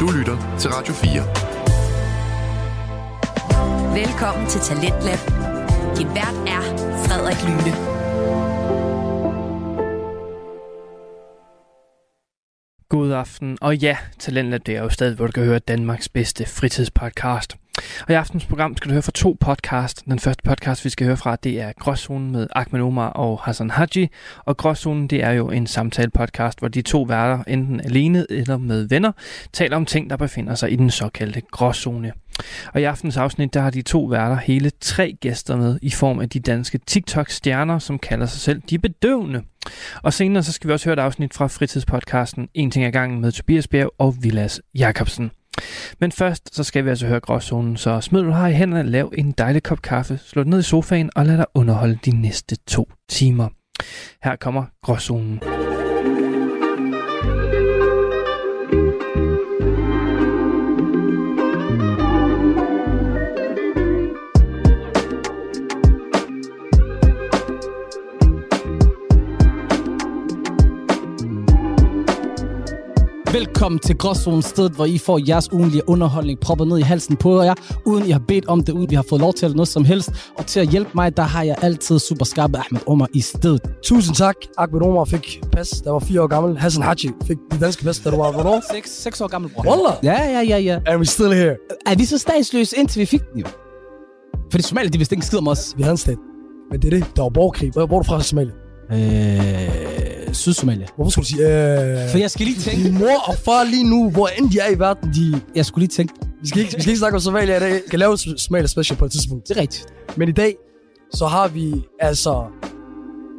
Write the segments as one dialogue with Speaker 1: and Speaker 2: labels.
Speaker 1: Du lytter til Radio 4.
Speaker 2: Velkommen til Talentlab. Din vært er Frederik Lyne.
Speaker 3: God aften, og ja, Talentlab det er jo stadig, hvor du kan høre Danmarks bedste fritidspodcast. Og i aftens program skal du høre fra to podcast. Den første podcast, vi skal høre fra, det er Gråzonen med Ahmed Omar og Hassan Haji. Og Gråzonen, det er jo en samtale-podcast, hvor de to værter, enten alene eller med venner, taler om ting, der befinder sig i den såkaldte gråzone. Og i aftens afsnit, der har de to værter hele tre gæster med i form af de danske TikTok-stjerner, som kalder sig selv De Bedøvende. Og senere så skal vi også høre et afsnit fra fritidspodcasten En ting ad gangen med Tobias Bjerg og Vilas Jakobsen. Men først, så skal vi altså høre gråzonen, så smid du har i hænderne, lav en dejlig kop kaffe, slå dig ned i sofaen og lad dig underholde de næste to timer. Her kommer gråzonen.
Speaker 4: Velkommen til Gråzonen, stedet hvor I får jeres ugenlige underholdning proppet ned i halsen på jer, uden I har bedt om det, uden vi har fået lov til eller noget som helst. Og til at hjælpe mig, der har jeg altid super skarpe Ahmed Omar i stedet.
Speaker 5: Tusind tak. Ahmed Omar fik pas, da var fire år gammel. Hassan Haji fik det danske pas, da du var hvornår?
Speaker 4: Seks, seks år gammel, bror.
Speaker 5: Wallah.
Speaker 4: Ja, ja, ja, ja.
Speaker 5: And we still here.
Speaker 4: Er vi så statsløse, indtil vi fik den jo? For de somalier, de vidste ikke skid om os.
Speaker 5: Vi havde en stat. Men det er det. Der var borgerkrig. Hvor er du fra Somalia?
Speaker 4: Øh, Sydsomalia.
Speaker 5: Hvorfor skulle du sige øh...
Speaker 4: For jeg skal lige tænke...
Speaker 5: Min mor og far lige nu, hvor end de er i verden, de...
Speaker 4: Jeg skulle lige tænke...
Speaker 5: Vi skal ikke, vi skal ikke snakke om Somalia i dag. Vi kan lave Somalia special på et tidspunkt.
Speaker 4: Det er rigtigt.
Speaker 5: Men i dag, så har vi altså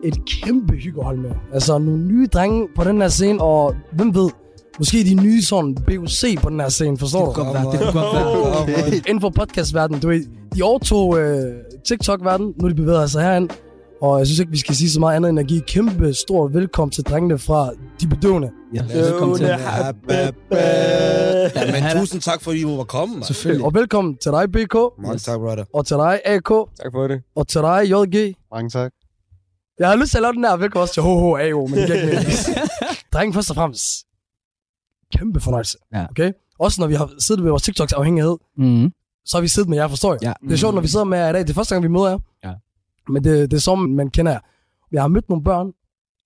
Speaker 5: et kæmpe hyggehold med. Altså nogle nye drenge på den her scene, og hvem ved, Måske de nye sådan BOC på den her scene, forstår
Speaker 4: det du? Godt være, det kunne godt være.
Speaker 5: Okay. Inden for podcastverdenen, du ved, de overtog øh, TikTok-verdenen, nu er de bevæget sig herhen. Og jeg synes ikke, vi skal sige så meget andet end at give kæmpe stor velkommen til drengene fra De Bedøvende.
Speaker 4: Ja, velkommen til.
Speaker 6: Ja, men tusind tak, fordi I var kommet. Man.
Speaker 4: Selvfølgelig.
Speaker 5: Og velkommen til dig, BK.
Speaker 6: Mange yes. tak, brother.
Speaker 5: Og til dig, AK.
Speaker 7: Tak for det.
Speaker 5: Og til dig, JG.
Speaker 8: Mange tak.
Speaker 5: Jeg har lyst til at lave den her velkommen også til HHAO, men det gik ikke Drengen, først og fremmest. Kæmpe fornøjelse. Ja. Okay? Også når vi har siddet ved vores TikToks afhængighed,
Speaker 4: Mhm.
Speaker 5: mm. så har vi siddet med jer, forstår jeg. Ja. Det er sjovt, når vi sidder med jer i dag. Det er første gang, vi møder jer. Ja. Men det, det er som, man kender jer. Jeg har mødt nogle børn.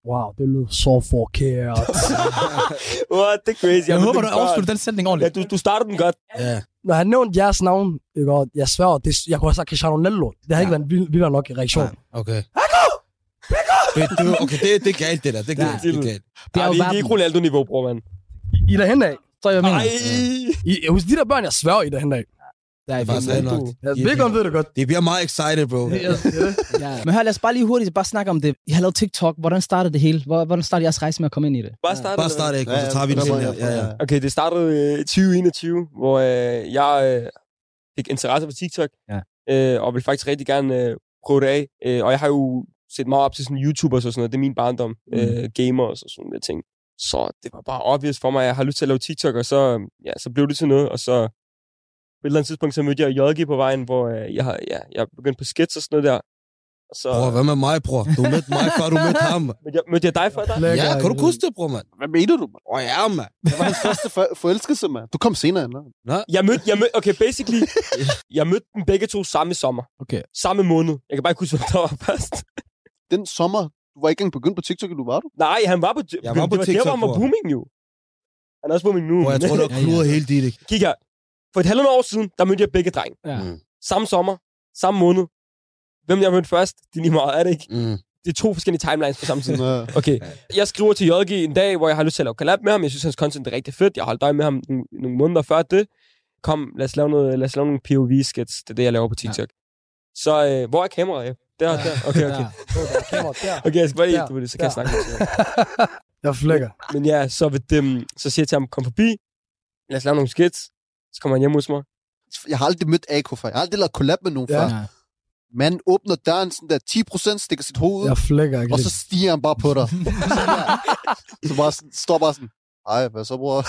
Speaker 5: Wow, det lød så forkert.
Speaker 7: What the crazy.
Speaker 4: Jeg, jeg håber, du afslutter den sætning ordentligt.
Speaker 7: Ja, du, du starter den godt.
Speaker 5: Yeah. Når han nævnte jeres navn, ikke, og jeg sværger, det, jeg kunne have sagt Cristiano Nello. Det havde ja. ikke været en vild, vildere nok reaktion.
Speaker 6: Ja, okay.
Speaker 5: Pico!
Speaker 6: okay, det, det er galt, det der. Det er galt. Ja, det er, galt.
Speaker 7: Det er, jo det er ikke Ronaldo-niveau, bror, mand.
Speaker 5: I er derhen af.
Speaker 4: Så jeg mener.
Speaker 5: I, hos de der børn, jeg sværger, I er derhen af.
Speaker 4: Der er faktisk
Speaker 5: det nok. Ja, Bacon ved det godt.
Speaker 6: Det bliver meget excited, bro.
Speaker 5: Ja,
Speaker 4: ja. Men hør, lad os bare lige hurtigt bare snakke om det. I har lavet TikTok. Hvordan startede det hele? Hvordan startede jeres rejse med at komme ind i det?
Speaker 7: Bare starte,
Speaker 6: bare starte ikke, og så tager vi det ja, ja.
Speaker 7: Okay, det startede i øh, 2021, hvor øh, jeg øh, fik interesse for TikTok, ja. øh, og vil faktisk rigtig gerne øh, prøve det af. Øh, og jeg har jo set meget op til sådan YouTubers og sådan noget. Det er min barndom. Mm. Øh, gamers og sådan noget ting. Så det var bare obvious for mig, at jeg har lyst til at lave TikTok, og så, ja, så blev det til noget, og så på et eller andet tidspunkt, så mødte jeg JG på vejen, hvor øh, jeg, har, ja, jeg begyndte på skits og sådan noget der.
Speaker 6: Og så, bror, hvad med mig, bror? Du mødte mig, før du mødte ham.
Speaker 7: Mødte jeg, mødte jeg dig før dig?
Speaker 6: Ja, kan du huske det, bror, mand?
Speaker 8: Hvad mener du, mand?
Speaker 6: Åh, oh, ja, mand.
Speaker 8: Det var hans første for- forelskelse, mand. Du kom senere, eller?
Speaker 7: Nå? Jeg mødte, jeg mødte, okay, basically, jeg mødte dem begge to samme sommer.
Speaker 4: Okay.
Speaker 7: Samme måned. Jeg kan bare ikke huske, hvad der var først.
Speaker 8: Den sommer, du var ikke engang begyndt på TikTok, du var du?
Speaker 7: Nej, han var på,
Speaker 6: jeg var på
Speaker 7: det var
Speaker 6: TikTok,
Speaker 7: der, hvor han var booming jo. Han er også booming nu.
Speaker 6: Bro, jeg tror, du har kluret ja, ja. hele dit, ikke?
Speaker 7: Kig her. For et halvandet år siden, der mødte jeg begge dreng. Ja. Mm. Samme sommer, samme måned. Hvem jeg mødte først, det er lige meget, er det ikke? Mm. Det er to forskellige timelines på samme tid.
Speaker 8: øh,
Speaker 7: okay. Jeg skriver til JG en dag, hvor jeg har lyst til at lave collab med ham. Jeg synes, hans content er rigtig fedt. Jeg holdt øje med ham nogle, nogle måneder før det. Kom, lad os lave, noget, lad os lave nogle POV-skits. Det er det, jeg laver på TikTok. Ja. Så øh, hvor er kameraet? Der, der. Okay, okay. Der. Okay, jeg skal bare lige, du det, så kan jeg snakke med
Speaker 5: Jeg flækker.
Speaker 7: Men ja, så, ved dem, så siger jeg til ham, kom forbi, lad os lave nogle skits. Så kommer han hjem hos mig.
Speaker 8: Jeg har aldrig mødt AK før. Jeg har aldrig lavet collab med nogen ja. før. Man åbner døren sådan der 10%, stikker sit hoved ud.
Speaker 5: Jeg flækker ikke.
Speaker 8: Og så stiger han bare på dig. så, bare, så bare sådan, står bare sådan, ej, hvad så, bror?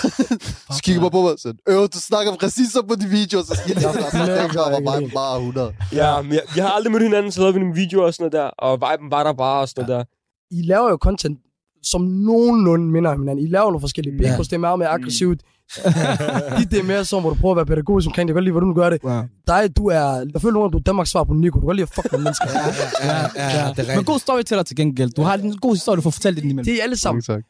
Speaker 8: så kigger man på mig og sådan, øh, du snakker præcis som på de videoer, så siger jeg, at jeg var bare, bare 100.
Speaker 7: Ja, men jeg, jeg, har aldrig mødt hinanden, så lavede vi nogle videoer og sådan noget der, og viben var der bare og sådan ja. der.
Speaker 5: I laver jo content som nogenlunde minder om hinanden. I laver nogle forskellige
Speaker 4: Ja.
Speaker 5: BK's, det er meget mere aggressivt. Dit, det er mere sådan, hvor du prøver at være pædagogisk omkring det. Jeg kan godt lide, hvordan du gør det.
Speaker 4: Wow.
Speaker 5: Dig, du er... Jeg føler nogle gange, du er Danmarks svar på Nico. Du kan godt lide at fuck med mennesker.
Speaker 6: Ja, ja, ja, det er
Speaker 4: Men
Speaker 6: rigtigt.
Speaker 4: god storyteller til gengæld. Du har en god historie, du får fortalt den imellem.
Speaker 5: Det er alle sammen.
Speaker 8: Mange tak.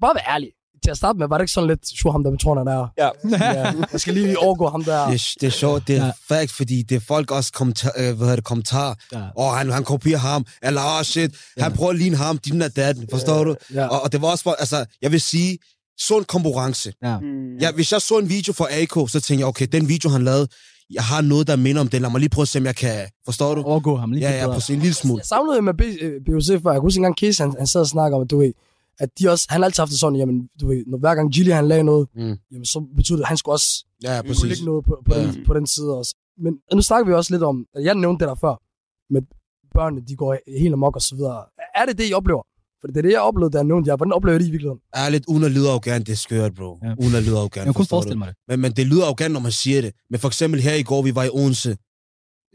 Speaker 5: Bare vær ærlig. Til at starte med, var det ikke sådan lidt, sur ham der med tårnerne der.
Speaker 7: Ja.
Speaker 5: ja. Jeg skal lige overgå ham der.
Speaker 6: Det er, det er sjovt, det er
Speaker 4: Ja.
Speaker 6: fact, fordi det er folk også kommentar, øh, hvad hedder det, kommentar.
Speaker 4: Ja.
Speaker 6: Åh, oh, han, han kopierer ham, eller åh, oh, shit, han prøver at ligne ham, din er datten, forstår du?
Speaker 5: Ja.
Speaker 6: Og, og det var også, for, altså, jeg vil sige, sund konkurrence.
Speaker 4: Ja.
Speaker 7: Mm.
Speaker 6: Ja, hvis jeg så en video fra AK, så tænkte jeg, okay, den video, han lavede, jeg har noget, der minder om den. Lad mig lige prøve at se, om jeg kan... Forstår du?
Speaker 4: Overgå ham lige
Speaker 6: Ja,
Speaker 4: lidt
Speaker 6: ja,
Speaker 4: bedre.
Speaker 6: på en lille smule.
Speaker 5: Jeg samlede med B- øh, BOC før. Jeg kunne huske engang Case, han, han sad og snakkede om, at du ved, at de også, han har altid haft det sådan, jamen, du ved, når hver gang Gilly han lagde noget,
Speaker 6: Mm.
Speaker 5: mm. jamen, så betød det, at han skulle også
Speaker 6: Ja, ja,
Speaker 5: kunne
Speaker 6: præcis.
Speaker 5: lægge noget på, på,
Speaker 6: Ja.
Speaker 5: den, på den side også. Men nu snakker vi også lidt om, at jeg nævnte det der før, med børnene, de går helt amok og så videre. Er det det, I oplever? For det er det, jeg oplevede, da jeg nævnte jer. Hvordan oplever I det i virkeligheden?
Speaker 6: Ærligt, uden at lyde arrogant, det er skørt, bro.
Speaker 4: Ja.
Speaker 6: Uden at lyde arrogant,
Speaker 4: Jeg kunne
Speaker 6: forstår
Speaker 4: forestille mig det.
Speaker 6: Men, men det lyder arrogant, når man siger det. Men for eksempel her i går, vi var i Odense.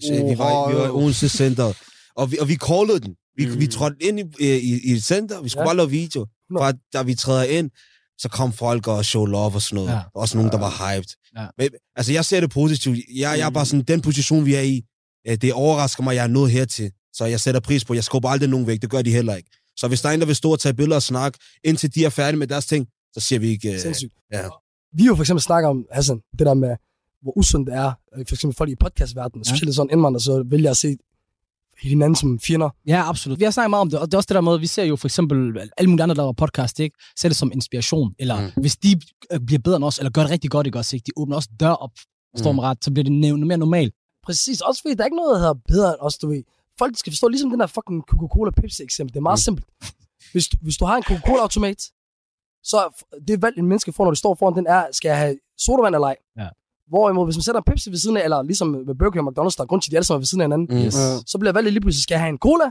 Speaker 6: Så, vi, var, i- vi var i Odense Center. Og vi, og vi callede den. Vi, mm. vi trådte ind i, i, i et center. Vi skulle
Speaker 5: Ja.
Speaker 6: bare lave video.
Speaker 5: Nå.
Speaker 6: Fra, da vi træder ind, så kom folk og show love og sådan noget.
Speaker 4: Ja.
Speaker 6: Ja. Også nogen, der var hyped.
Speaker 4: Ja.
Speaker 6: Men, altså, jeg ser det positivt. Jeg, jeg er bare sådan, den position, vi er i, øh, det overrasker mig, at jeg er nået hertil. Så jeg sætter pris på. Jeg skubber aldrig nogen væk. Det gør de heller ikke. Så hvis der er en, der vil stå og tage billeder og snakke, indtil de er færdige med deres ting, så siger vi ikke...
Speaker 5: Yeah.
Speaker 6: Øh,
Speaker 5: Sindssygt.
Speaker 6: ja.
Speaker 5: Vi har jo for eksempel snakket om, Hassan, det der med, hvor usundt det er, øh, for eksempel folk i podcastverdenen,
Speaker 4: Ja.
Speaker 5: ja. specielt sådan indvandrere, så vælger at se hinanden som fjender.
Speaker 4: Ja, absolut. Vi har snakket meget om det, og det er også det der med, at vi ser jo for eksempel alle mulige andre, der laver podcast, ikke? ser det som inspiration, eller mm. hvis de øh, bliver bedre end os, eller gør det rigtig godt, ikke også, ikke? de åbner også dør op, står mm. ret, så bliver det nævnt mere normalt.
Speaker 5: Præcis, også fordi der er ikke noget, der hedder bedre end os, du ved. Folk skal forstå, ligesom den der fucking Coca-Cola Pepsi eksempel, det er meget mm. simpelt. Hvis, du- hvis du har en Coca-Cola-automat, så er f- det valg, en menneske får, når du står foran den, er, skal jeg have sodavand eller ej?
Speaker 4: Ja.
Speaker 5: Hvorimod, hvis man sætter en Pepsi ved siden af, eller ligesom med Burger King og McDonald's, der er grund til, at de alle sammen er ved siden af hinanden,
Speaker 6: Mm. Yes.
Speaker 4: Ah.
Speaker 5: så bliver valget lige pludselig, skal jeg have en cola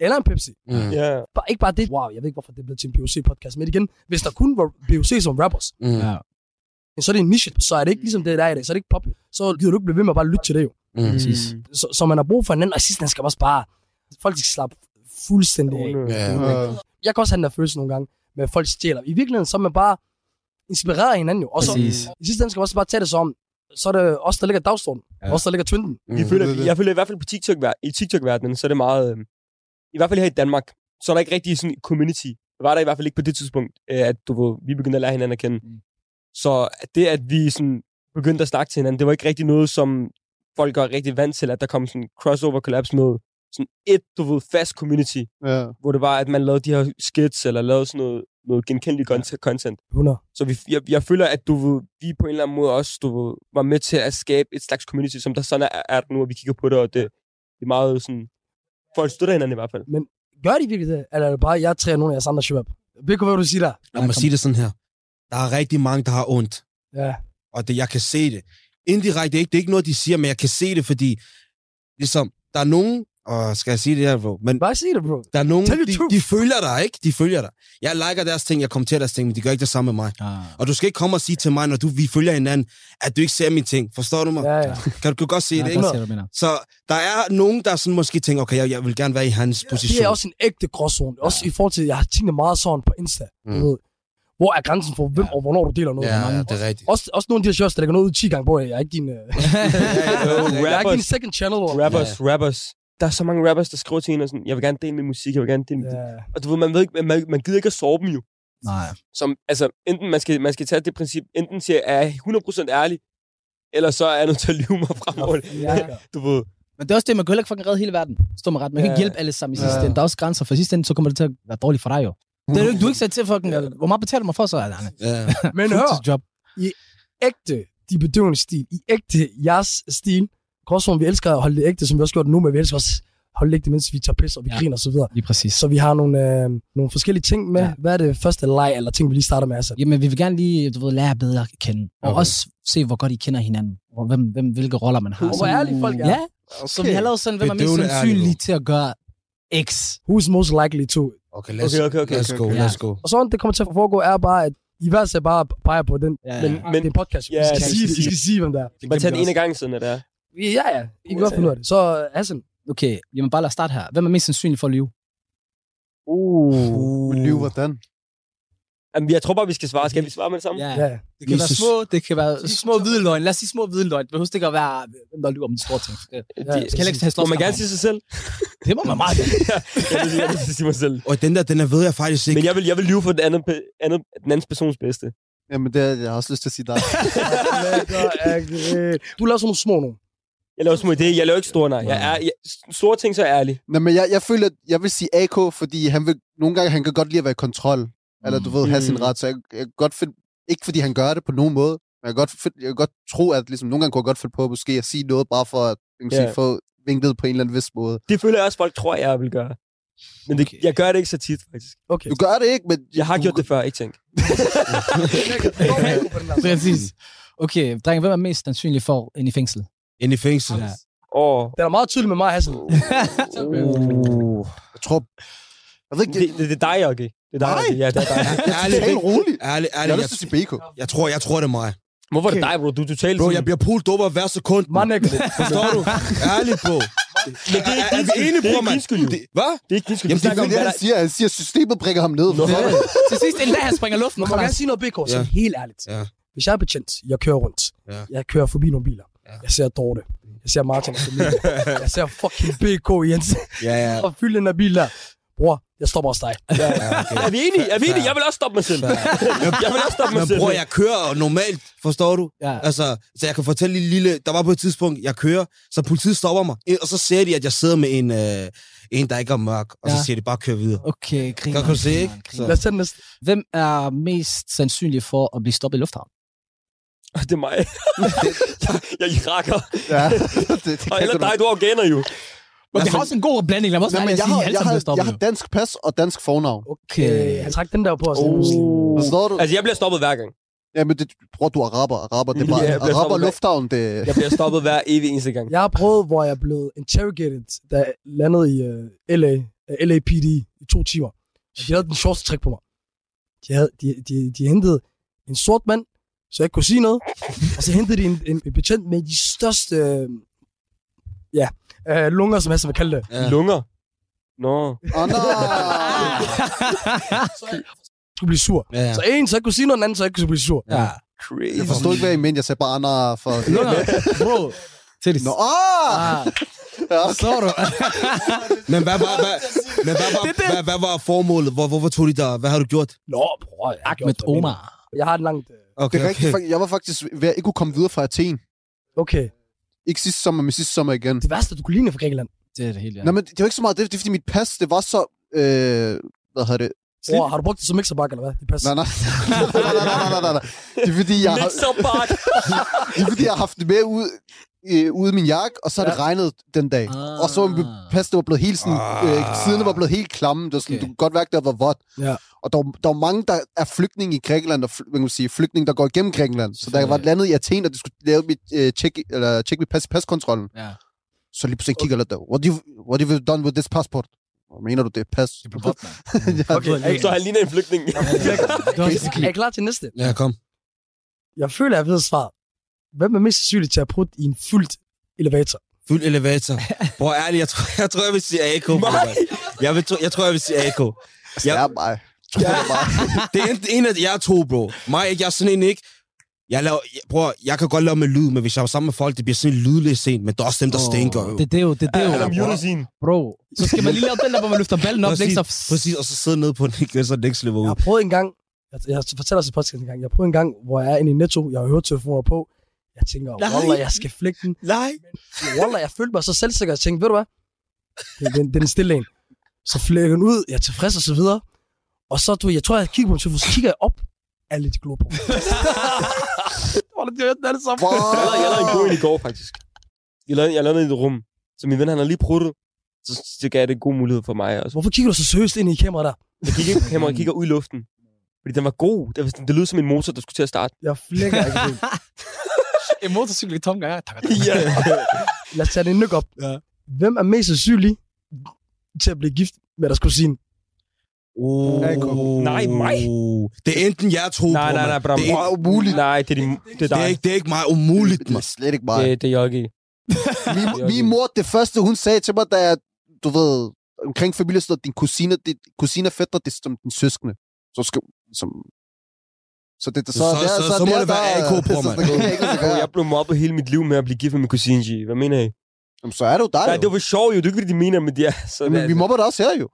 Speaker 5: eller en Pepsi?
Speaker 6: Mm.
Speaker 7: Ja.
Speaker 5: Bare, ikke bare det. Wow, jeg ved ikke, hvorfor det blev til en BOC-podcast, men igen, hvis der kun var BOC som rappers,
Speaker 6: Mm.
Speaker 4: Ja.
Speaker 5: så er det en niche, så er det ikke ligesom det, der er i dag, så er det ikke pop. Så gider du ikke blive ved med at bare lytte til det jo.
Speaker 6: Mm.
Speaker 4: Præcis.
Speaker 5: så, så man har brug for hinanden, og i sidste ende skal man også bare, folk skal slappe fuldstændig af.
Speaker 7: Mm.
Speaker 6: Ja.
Speaker 8: Øh,
Speaker 5: Jeg kan også have den der følelse nogle gange, med at folk stjæler. I virkeligheden, så er man bare inspireret af hinanden jo. Og så,
Speaker 4: Præcis.
Speaker 5: i sidste ende skal man også bare tage det som, så er det os, der ligger dagsordenen. Ja. Os, der ligger twinden.
Speaker 7: Vi
Speaker 6: Mm.
Speaker 7: føler,
Speaker 8: det er det.
Speaker 7: jeg føler i hvert fald på TikTok, i TikTok-verdenen, så er det meget... Øh, I hvert fald her i Danmark, så er der ikke rigtig sådan en community. Det var der i hvert fald ikke på det tidspunkt, øh, at du, ved, vi begyndte at lære hinanden at kende. Så det, at vi sådan begyndte at snakke til hinanden, det var ikke rigtig noget, som folk er rigtig vant til, at der kom sådan crossover collabs med sådan et, du ved, fast community,
Speaker 8: Ja.
Speaker 7: hvor det var, at man lavede de her skits, eller lavede sådan noget, noget genkendeligt ja. content.
Speaker 5: 100.
Speaker 7: Så vi, jeg, jeg føler, at du ved, vi på en eller anden måde også du ved, var med til at skabe et slags community, som der sådan er, er nu, og vi kigger på det, og det, det er meget sådan... Folk støtter hinanden i hvert fald.
Speaker 5: Gør de virkelig det? Eller er det bare, jeg træer nogle af jeres andre shabab? Det kunne være, du siger der.
Speaker 6: Lad mig sige det sådan her. Der er rigtig mange, der har ondt.
Speaker 5: Ja.
Speaker 6: Og det, jeg kan se det. Indirekte ikke. Det er ikke noget, de siger, men jeg kan se det, fordi ligesom, der er nogen... Og skal jeg sige det her, bro? Men
Speaker 5: Bare sig det, bro.
Speaker 6: der er nogen,
Speaker 5: Tell the
Speaker 6: de,
Speaker 5: truth.
Speaker 6: de følger dig, ikke? De følger dig. Jeg liker deres ting, jeg kommenterer deres ting, men de gør ikke det samme med mig.
Speaker 4: Ah.
Speaker 6: Og du skal ikke komme og sige til mig, når du, vi følger hinanden, at du ikke ser mine ting. Forstår du mig?
Speaker 5: Ja, ja.
Speaker 6: Kan du kan godt se
Speaker 4: Ja,
Speaker 6: det,
Speaker 4: jeg
Speaker 6: ikke?
Speaker 4: kan se, hvad du mener.
Speaker 6: Så der er nogen, der sådan måske tænker, okay, jeg, jeg vil gerne være i hans
Speaker 5: Det
Speaker 6: position.
Speaker 5: er også en ægte gråzone. Også i forhold til, jeg har tænkt det meget sådan på Insta. Mm. Ved, hvor er grænsen for, hvem og hvornår du deler noget?
Speaker 6: Ja, ja, det er rigtigt.
Speaker 5: Også, også nogle af de her shows, der lægger noget ud 10 gange, hvor jeg er ikke din... Øh, jeg er ikke din
Speaker 7: rappers,
Speaker 5: second channel. Hvor...
Speaker 7: rappers, rappers. Der er så mange rappers, der skriver til en og sådan, jeg vil gerne dele min musik, jeg vil gerne dele min...
Speaker 5: Ja.
Speaker 7: Og du ved, man, ved ikke, man, man gider ikke at sove dem jo.
Speaker 4: Nej.
Speaker 7: Som, altså, enten man skal, man skal tage det princip, enten siger, er jeg 100% ærlig, eller så er jeg nødt til at lyve mig fremover.
Speaker 5: Ja.
Speaker 7: Du ved,
Speaker 4: Men det er også det, man kan heller ikke fucking redde hele verden. Stå mig ret. Man kan ikke
Speaker 5: Ja.
Speaker 4: hjælpe alle sammen i sidste
Speaker 5: Ja.
Speaker 4: ende. Der er også grænser, for i sidste ende, så kommer det til at være dårligt for dig jo. Det er jo ikke, du er ikke sat til fucking... Hvor meget betaler du mig for så? Nej, nej.
Speaker 6: Ja.
Speaker 5: Men hør,
Speaker 4: Job.
Speaker 5: ægte de bedøvende stil, i ægte jeres stil. Gråzonen, vi elsker at holde det ægte, som vi også gjort nu, men vi elsker også at holde det ægte, mens vi tager pis, og vi
Speaker 4: Ja.
Speaker 5: ja. griner osv. Så,
Speaker 4: Lige præcis.
Speaker 5: så vi har nogle, øh, nogle forskellige ting med.
Speaker 4: Ja.
Speaker 5: Ja. Hvad er det første leg, eller ting, vi lige starter med? Altså?
Speaker 4: Jamen, vi vil gerne lige, du ved, lære jer bedre at kende. Og okay. også se, hvor godt I kender hinanden. Og hvem, hvem, hvilke roller man har.
Speaker 5: Hvor
Speaker 4: Sådan-
Speaker 5: ærlige folk er.
Speaker 4: Ja, okay. så vi har lavet sådan, hvem er mest
Speaker 6: Bedøvende ærlige,
Speaker 4: sandsynlig til at gøre X.
Speaker 5: Who's most likely to?
Speaker 6: Okay, let's,
Speaker 7: Okay, okay, okay,
Speaker 6: let's
Speaker 7: okay,
Speaker 6: go,
Speaker 4: okay.
Speaker 6: let's go.
Speaker 5: Og sådan, det kommer til at foregå, er bare, at I hver ser bare peger på den.
Speaker 4: Ja,
Speaker 7: men,
Speaker 5: Men,
Speaker 7: men
Speaker 5: det er en podcast.
Speaker 7: Ja,
Speaker 5: Ja, I skal
Speaker 7: det
Speaker 5: sige
Speaker 7: skal
Speaker 5: det. I
Speaker 7: sige.
Speaker 5: skal sige, hvem det er.
Speaker 7: man tager den ene gang siden, at det er.
Speaker 5: Ja, ja. I kan godt finde ud af det. Så Hassan,
Speaker 4: Okay, jamen bare lad os starte her. Hvem er mest sandsynlig for at lyve?
Speaker 7: Uh.
Speaker 8: Uh. Liv, hvordan?
Speaker 7: Jamen, jeg tror bare, vi skal svare. Skal vi svare med det samme?
Speaker 4: Ja.
Speaker 5: Ja.
Speaker 4: Det kan være
Speaker 6: Jesus.
Speaker 4: små, det kan være små hvide løgn. Lad os sige små hvide løgn. Det behøver ikke at være, hvem der lyver om de store ting. Det,
Speaker 7: De,
Speaker 4: skal heller ikke tage
Speaker 7: må man
Speaker 4: slåskamp.
Speaker 7: gerne sige sig selv?
Speaker 4: Det må man meget gerne.
Speaker 7: Jeg vil, jeg vil sige mig selv.
Speaker 6: Og den der, den er ved jeg faktisk ikke.
Speaker 7: Men jeg vil, jeg vil lyve for den anden, pe- anden, den andens persons bedste.
Speaker 8: Jamen, det, jeg har også lyst til at sige dig.
Speaker 5: Lækker, agri. Du laver sådan nogle små nogle.
Speaker 7: Jeg laver små idéer. Jeg laver ikke store, nej. Jeg er, jeg, store ting, så er jeg ærlig.
Speaker 8: Nej, men jeg, jeg føler, at jeg vil sige AK, fordi han vil, nogle gange han kan godt lide at være i kontrol. Eller du ved, have sin
Speaker 7: Mm.
Speaker 8: ret. Så jeg, jeg kan godt finde, ikke fordi han gør det på nogen måde, men jeg kan godt, finde, jeg kan godt tro, at ligesom, nogle gange kunne jeg godt finde på måske at sige noget, bare for at man kan
Speaker 7: Ja.
Speaker 8: sige, få vinklet på en eller anden vis måde.
Speaker 7: Det føler jeg også, folk tror, jeg vil gøre. Men det, jeg gør det ikke så tit, faktisk.
Speaker 5: Okay.
Speaker 8: Du gør det ikke, men...
Speaker 7: Jeg har
Speaker 8: du,
Speaker 7: gjort det før, ikke tænk.
Speaker 4: Præcis. Okay, drenge, hvem er mest sandsynlig for ind i fængsel?
Speaker 6: Ind i fængsel.
Speaker 4: Ja.
Speaker 7: Åh,
Speaker 5: Den er meget tydelig med mig, Hassan.
Speaker 6: Uh.
Speaker 8: Jeg tror... Jeg ved ikke,
Speaker 7: det, det, det, er dig, Jokke. Det er dig, Jokke. Ja, det er dig.
Speaker 6: Ærligt,
Speaker 8: det er helt roligt.
Speaker 6: ærligt,
Speaker 8: Jeg
Speaker 6: ærligt.
Speaker 8: har
Speaker 6: Jeg,
Speaker 8: lyst til at sige BK.
Speaker 6: jeg, tror, jeg tror, det er mig.
Speaker 7: Hvorfor er det dig, bro? Du, du taler
Speaker 6: Bro,
Speaker 7: sådan-
Speaker 6: jeg bliver pult over hver sekund.
Speaker 5: Meget nægter.
Speaker 6: Forstår du? Ærligt, bro.
Speaker 7: Men det er ikke
Speaker 6: Er vi
Speaker 7: din skyld.
Speaker 6: enige,
Speaker 7: Det er
Speaker 6: bror,
Speaker 7: ikke
Speaker 6: mand?
Speaker 7: din skyld. jo.
Speaker 6: Det- Hvad?
Speaker 7: Det er ikke din skyld.
Speaker 6: Jamen,
Speaker 7: Vi
Speaker 6: det er
Speaker 7: snakker om,
Speaker 8: Det er
Speaker 7: hvad
Speaker 8: det, han siger. Han siger, at systemet prikker ham ned.
Speaker 7: Nå.
Speaker 4: Til sidst en dag, han springer luften.
Speaker 5: Når man kan sige noget BK, så
Speaker 6: Ja.
Speaker 5: helt ærligt.
Speaker 6: Ja.
Speaker 5: Hvis jeg er betjent, jeg kører rundt.
Speaker 6: Ja.
Speaker 5: Jeg kører forbi nogle biler. Jeg ser Dorte. Jeg ser Martin. og Camilla. Jeg ser fucking BK i hans
Speaker 6: Ja, ja.
Speaker 5: og fylde den der bil der. Bror, jeg stopper også dig.
Speaker 6: ja okay.
Speaker 7: der- Er vi enige? Er vi enige? Jeg vil også stoppe mig selv. Jeg vil også stoppe mig
Speaker 6: Men
Speaker 7: selv.
Speaker 6: bror, jeg kører normalt, forstår du?
Speaker 4: Ja.
Speaker 6: Altså, så jeg kan fortælle lige lille... Der var på et tidspunkt, jeg kører, så politiet stopper mig, ind- og så ser de, at jeg sidder med en, øh, en der ikke er mørk, og så
Speaker 4: Ja.
Speaker 6: siger de, bare kør videre.
Speaker 4: Okay, griner.
Speaker 6: Godt kunne se, ikke?
Speaker 4: griner,
Speaker 6: Så-
Speaker 4: griner.
Speaker 5: Lad os tage den næste.
Speaker 4: Hvem er mest sandsynlig for at blive stoppet i lufthavn?
Speaker 7: Det er mig. Jeg er iraker.
Speaker 8: Ja, det, det
Speaker 7: Og
Speaker 8: kan
Speaker 7: eller
Speaker 8: du-
Speaker 7: dig, du er afghaner jo.
Speaker 4: Men det
Speaker 8: Altså-
Speaker 4: har også en god blanding. Lad mig også
Speaker 8: Nej, men
Speaker 4: ærligt
Speaker 8: jeg,
Speaker 4: sige,
Speaker 8: har,
Speaker 4: at alle
Speaker 8: jeg,
Speaker 4: sammen
Speaker 8: har,
Speaker 4: bliver stoppet.
Speaker 8: jeg har dansk pas og dansk fornavn.
Speaker 7: Uh.
Speaker 4: Okay.
Speaker 5: Øh, han trak den der på os.
Speaker 7: Oh.
Speaker 8: Forstår du?
Speaker 7: Altså, jeg bliver stoppet hver gang.
Speaker 8: Jamen, det, bror, du er araber. Araber, det er bare...
Speaker 7: Ja, jeg bliver
Speaker 8: araber
Speaker 7: stoppet af-
Speaker 8: lufthavn, det...
Speaker 7: Jeg bliver stoppet hver evig eneste gang.
Speaker 5: Jeg har prøvet, hvor jeg blev interrogated, da jeg landede i uh, LA, uh, LAPD i to timer. Og de havde den sjoveste trick på mig. De, havde, de, de, de hentede en sort mand, så jeg ikke kunne sige noget. og så hentede de en, en, en betjent med de største øh, ja, øh, lunger, som jeg vil kalde det.
Speaker 6: Ja.
Speaker 7: Lunger. Nå.
Speaker 8: Åh, nej!
Speaker 5: Jeg skulle blive sur.
Speaker 6: Ja, ja.
Speaker 5: Så en, så jeg ikke kunne sige noget, den anden, så jeg ikke kunne blive sur.
Speaker 6: Ja.
Speaker 7: Crazy.
Speaker 8: Jeg forstod ikke, hvad I mente. Jeg sagde bare, nej, for...
Speaker 4: Lunger, bro. Til det.
Speaker 8: Nå, ah!
Speaker 4: Ah,
Speaker 8: Ja, okay.
Speaker 4: så du.
Speaker 6: Men hvad var, hvad, men hvad, var, hvad, hvad var formålet? Hvor, hvorfor tog de dig? Hvad har du gjort?
Speaker 5: Nå, bror. jeg har
Speaker 4: Ahmed
Speaker 5: gjort, hvad jeg
Speaker 4: Omar.
Speaker 5: mener. Jeg har et langt... øh,
Speaker 8: Det
Speaker 6: Okay,
Speaker 8: er rigtigt.
Speaker 6: okay.
Speaker 8: Fak- Jeg var faktisk ved at ikke kunne komme videre fra Athen.
Speaker 5: øh, Okay.
Speaker 8: Ikke sidste sommer, men sidste sommer igen.
Speaker 5: Det værste, du kunne ligne fra Grækenland.
Speaker 4: Det er det hele, ja.
Speaker 8: Nej, men det var ikke så meget det. Det er, fordi mit pas, det var så... Øh, hvad hedder det?
Speaker 5: Bror, har du brugt det som mixerbak, eller hvad? Det passer.
Speaker 8: Nej, nej. nej, nej, nej, nej, nej, nej. Det er fordi, jeg har,
Speaker 7: Nick så bart.
Speaker 8: det er, fordi, jeg har haft det med ud, øh, ude i min jakke, og så har det regnet den dag.
Speaker 4: Ah.
Speaker 8: Og så var mit pas, det var blevet helt sådan, øh, siderne var blevet helt klamme. Det var sådan,
Speaker 4: Okay.
Speaker 8: okay. du kan godt mærke, der var vådt.
Speaker 5: Ja.
Speaker 8: Og der, var- der var mange, der er flygtninge i Grækenland, og fly- hvad kan man sige, flygtninge, der går igennem Grækenland. Så da jeg var landet i Athen, og de skulle lave mit, øh, check, eller tjekke mit pas i paskontrollen,
Speaker 4: Ja.
Speaker 8: så lige pludselig kigger jeg lidt der. What you, what have you done with this passport? Hvad mener du, det er pas?
Speaker 4: Det blev vådt, mand.
Speaker 8: Ja.
Speaker 5: Okay, jeg,
Speaker 7: Så han ligner en flygtning.
Speaker 5: er I klar til næste?
Speaker 6: Ja, kom.
Speaker 5: Jeg føler, jeg ved svaret. Hvem er mest sandsynlig til at putte i en fuldt elevator?
Speaker 6: Fuld elevator. Bror, ærligt, jeg tror, jeg, tror, jeg vil sige AK. bror, mand. Jeg, vil, tro- jeg tror, jeg vil sige AK.
Speaker 8: Altså, det er mig. Tror jeg bare.
Speaker 6: Det er en, en af jeg er to, bro. Mig ikke, jeg er sådan en ikke. Jeg, laver, jeg, bror, jeg kan godt lave med lyd, men hvis jeg er sammen med folk, det bliver sådan en lydløs scene, men det er også dem, der oh, stinker. jo.
Speaker 4: Det er det jo, det er det jo.
Speaker 7: Eller Mulesin.
Speaker 4: Bro, så skal man lige lave den der, hvor man løfter ballen op,
Speaker 6: præcis,
Speaker 4: ikke så...
Speaker 6: præcis, og så sidde nede på den, så den ikke slipper
Speaker 5: Jeg
Speaker 6: ud.
Speaker 5: har prøvet en gang, jeg, jeg fortæller os i podcasten en gang, jeg har prøvet en gang, hvor jeg er inde i Netto, jeg har høretelefoner på, jeg tænker,
Speaker 6: Nej.
Speaker 5: Wallah, jeg skal flække den.
Speaker 6: Nej.
Speaker 5: Wallah, jeg følte mig så selvsikker, jeg tænkte, ved du hvad? Det, det, det er en stille en. Så flækker den ud, jeg er tilfreds og så videre. Og så, du, ved, jeg tror, jeg kigger på min telefon, så kigger jeg op, alle de glor på. Wallah, de har hørt den alle sammen.
Speaker 7: Jeg lavede, jeg lavede en god en i går, faktisk. Jeg lavede, jeg lavede en i et rum, så min ven, han har lige pruttet. Så, så gav det en god mulighed for mig også.
Speaker 5: Hvorfor kigger du så seriøst ind i kameraet der?
Speaker 7: Jeg kigger ikke på kameraet, jeg kigger ud i luften. Fordi den var god. Det, var sådan, det lød som en motor, der skulle til at starte.
Speaker 5: Jeg flækker ikke. det.
Speaker 4: En motorcykel i tomgang. Tak, tak.
Speaker 7: Ja.
Speaker 5: Lad os tage det endnu op. Ja. Hvem er mest sandsynlig til at blive gift med deres kusine?
Speaker 6: Oh.
Speaker 8: AK.
Speaker 7: Nej, mig.
Speaker 6: Det er enten jer to,
Speaker 7: Nej,
Speaker 6: bror,
Speaker 7: nej, nej,
Speaker 6: mand.
Speaker 7: Bram.
Speaker 6: Det er,
Speaker 7: Wow.
Speaker 8: umuligt.
Speaker 7: Nej, det er, din, det er
Speaker 6: det, er
Speaker 7: dig.
Speaker 6: ikke, det er ikke mig. Umuligt,
Speaker 8: Det
Speaker 6: man.
Speaker 8: er slet ikke mig.
Speaker 7: Det, det er Jokke.
Speaker 8: Min, min mor, det første, hun sagde til mig, da jeg, du ved, omkring familie, så din kusine, din kusine og fætter, det er som din søskende. Så skal, som, så det, så,
Speaker 6: Så-
Speaker 8: det er-
Speaker 6: så- så må
Speaker 8: er
Speaker 6: det være
Speaker 8: der-
Speaker 6: AK på,
Speaker 8: så- så-
Speaker 6: mand.
Speaker 8: det kan jeg ikke
Speaker 7: Ja.
Speaker 8: gøre.
Speaker 7: Jeg blev mobbet hele mit liv med at blive gift med min kusine G. Hvad mener I?
Speaker 8: Jamen, Så er det jo dig,
Speaker 7: Nej, det
Speaker 8: jo.
Speaker 7: var for sjov jo. Det er ikke, fordi de mener, men de er sådan.
Speaker 8: Men vi mobber dig også her, jo.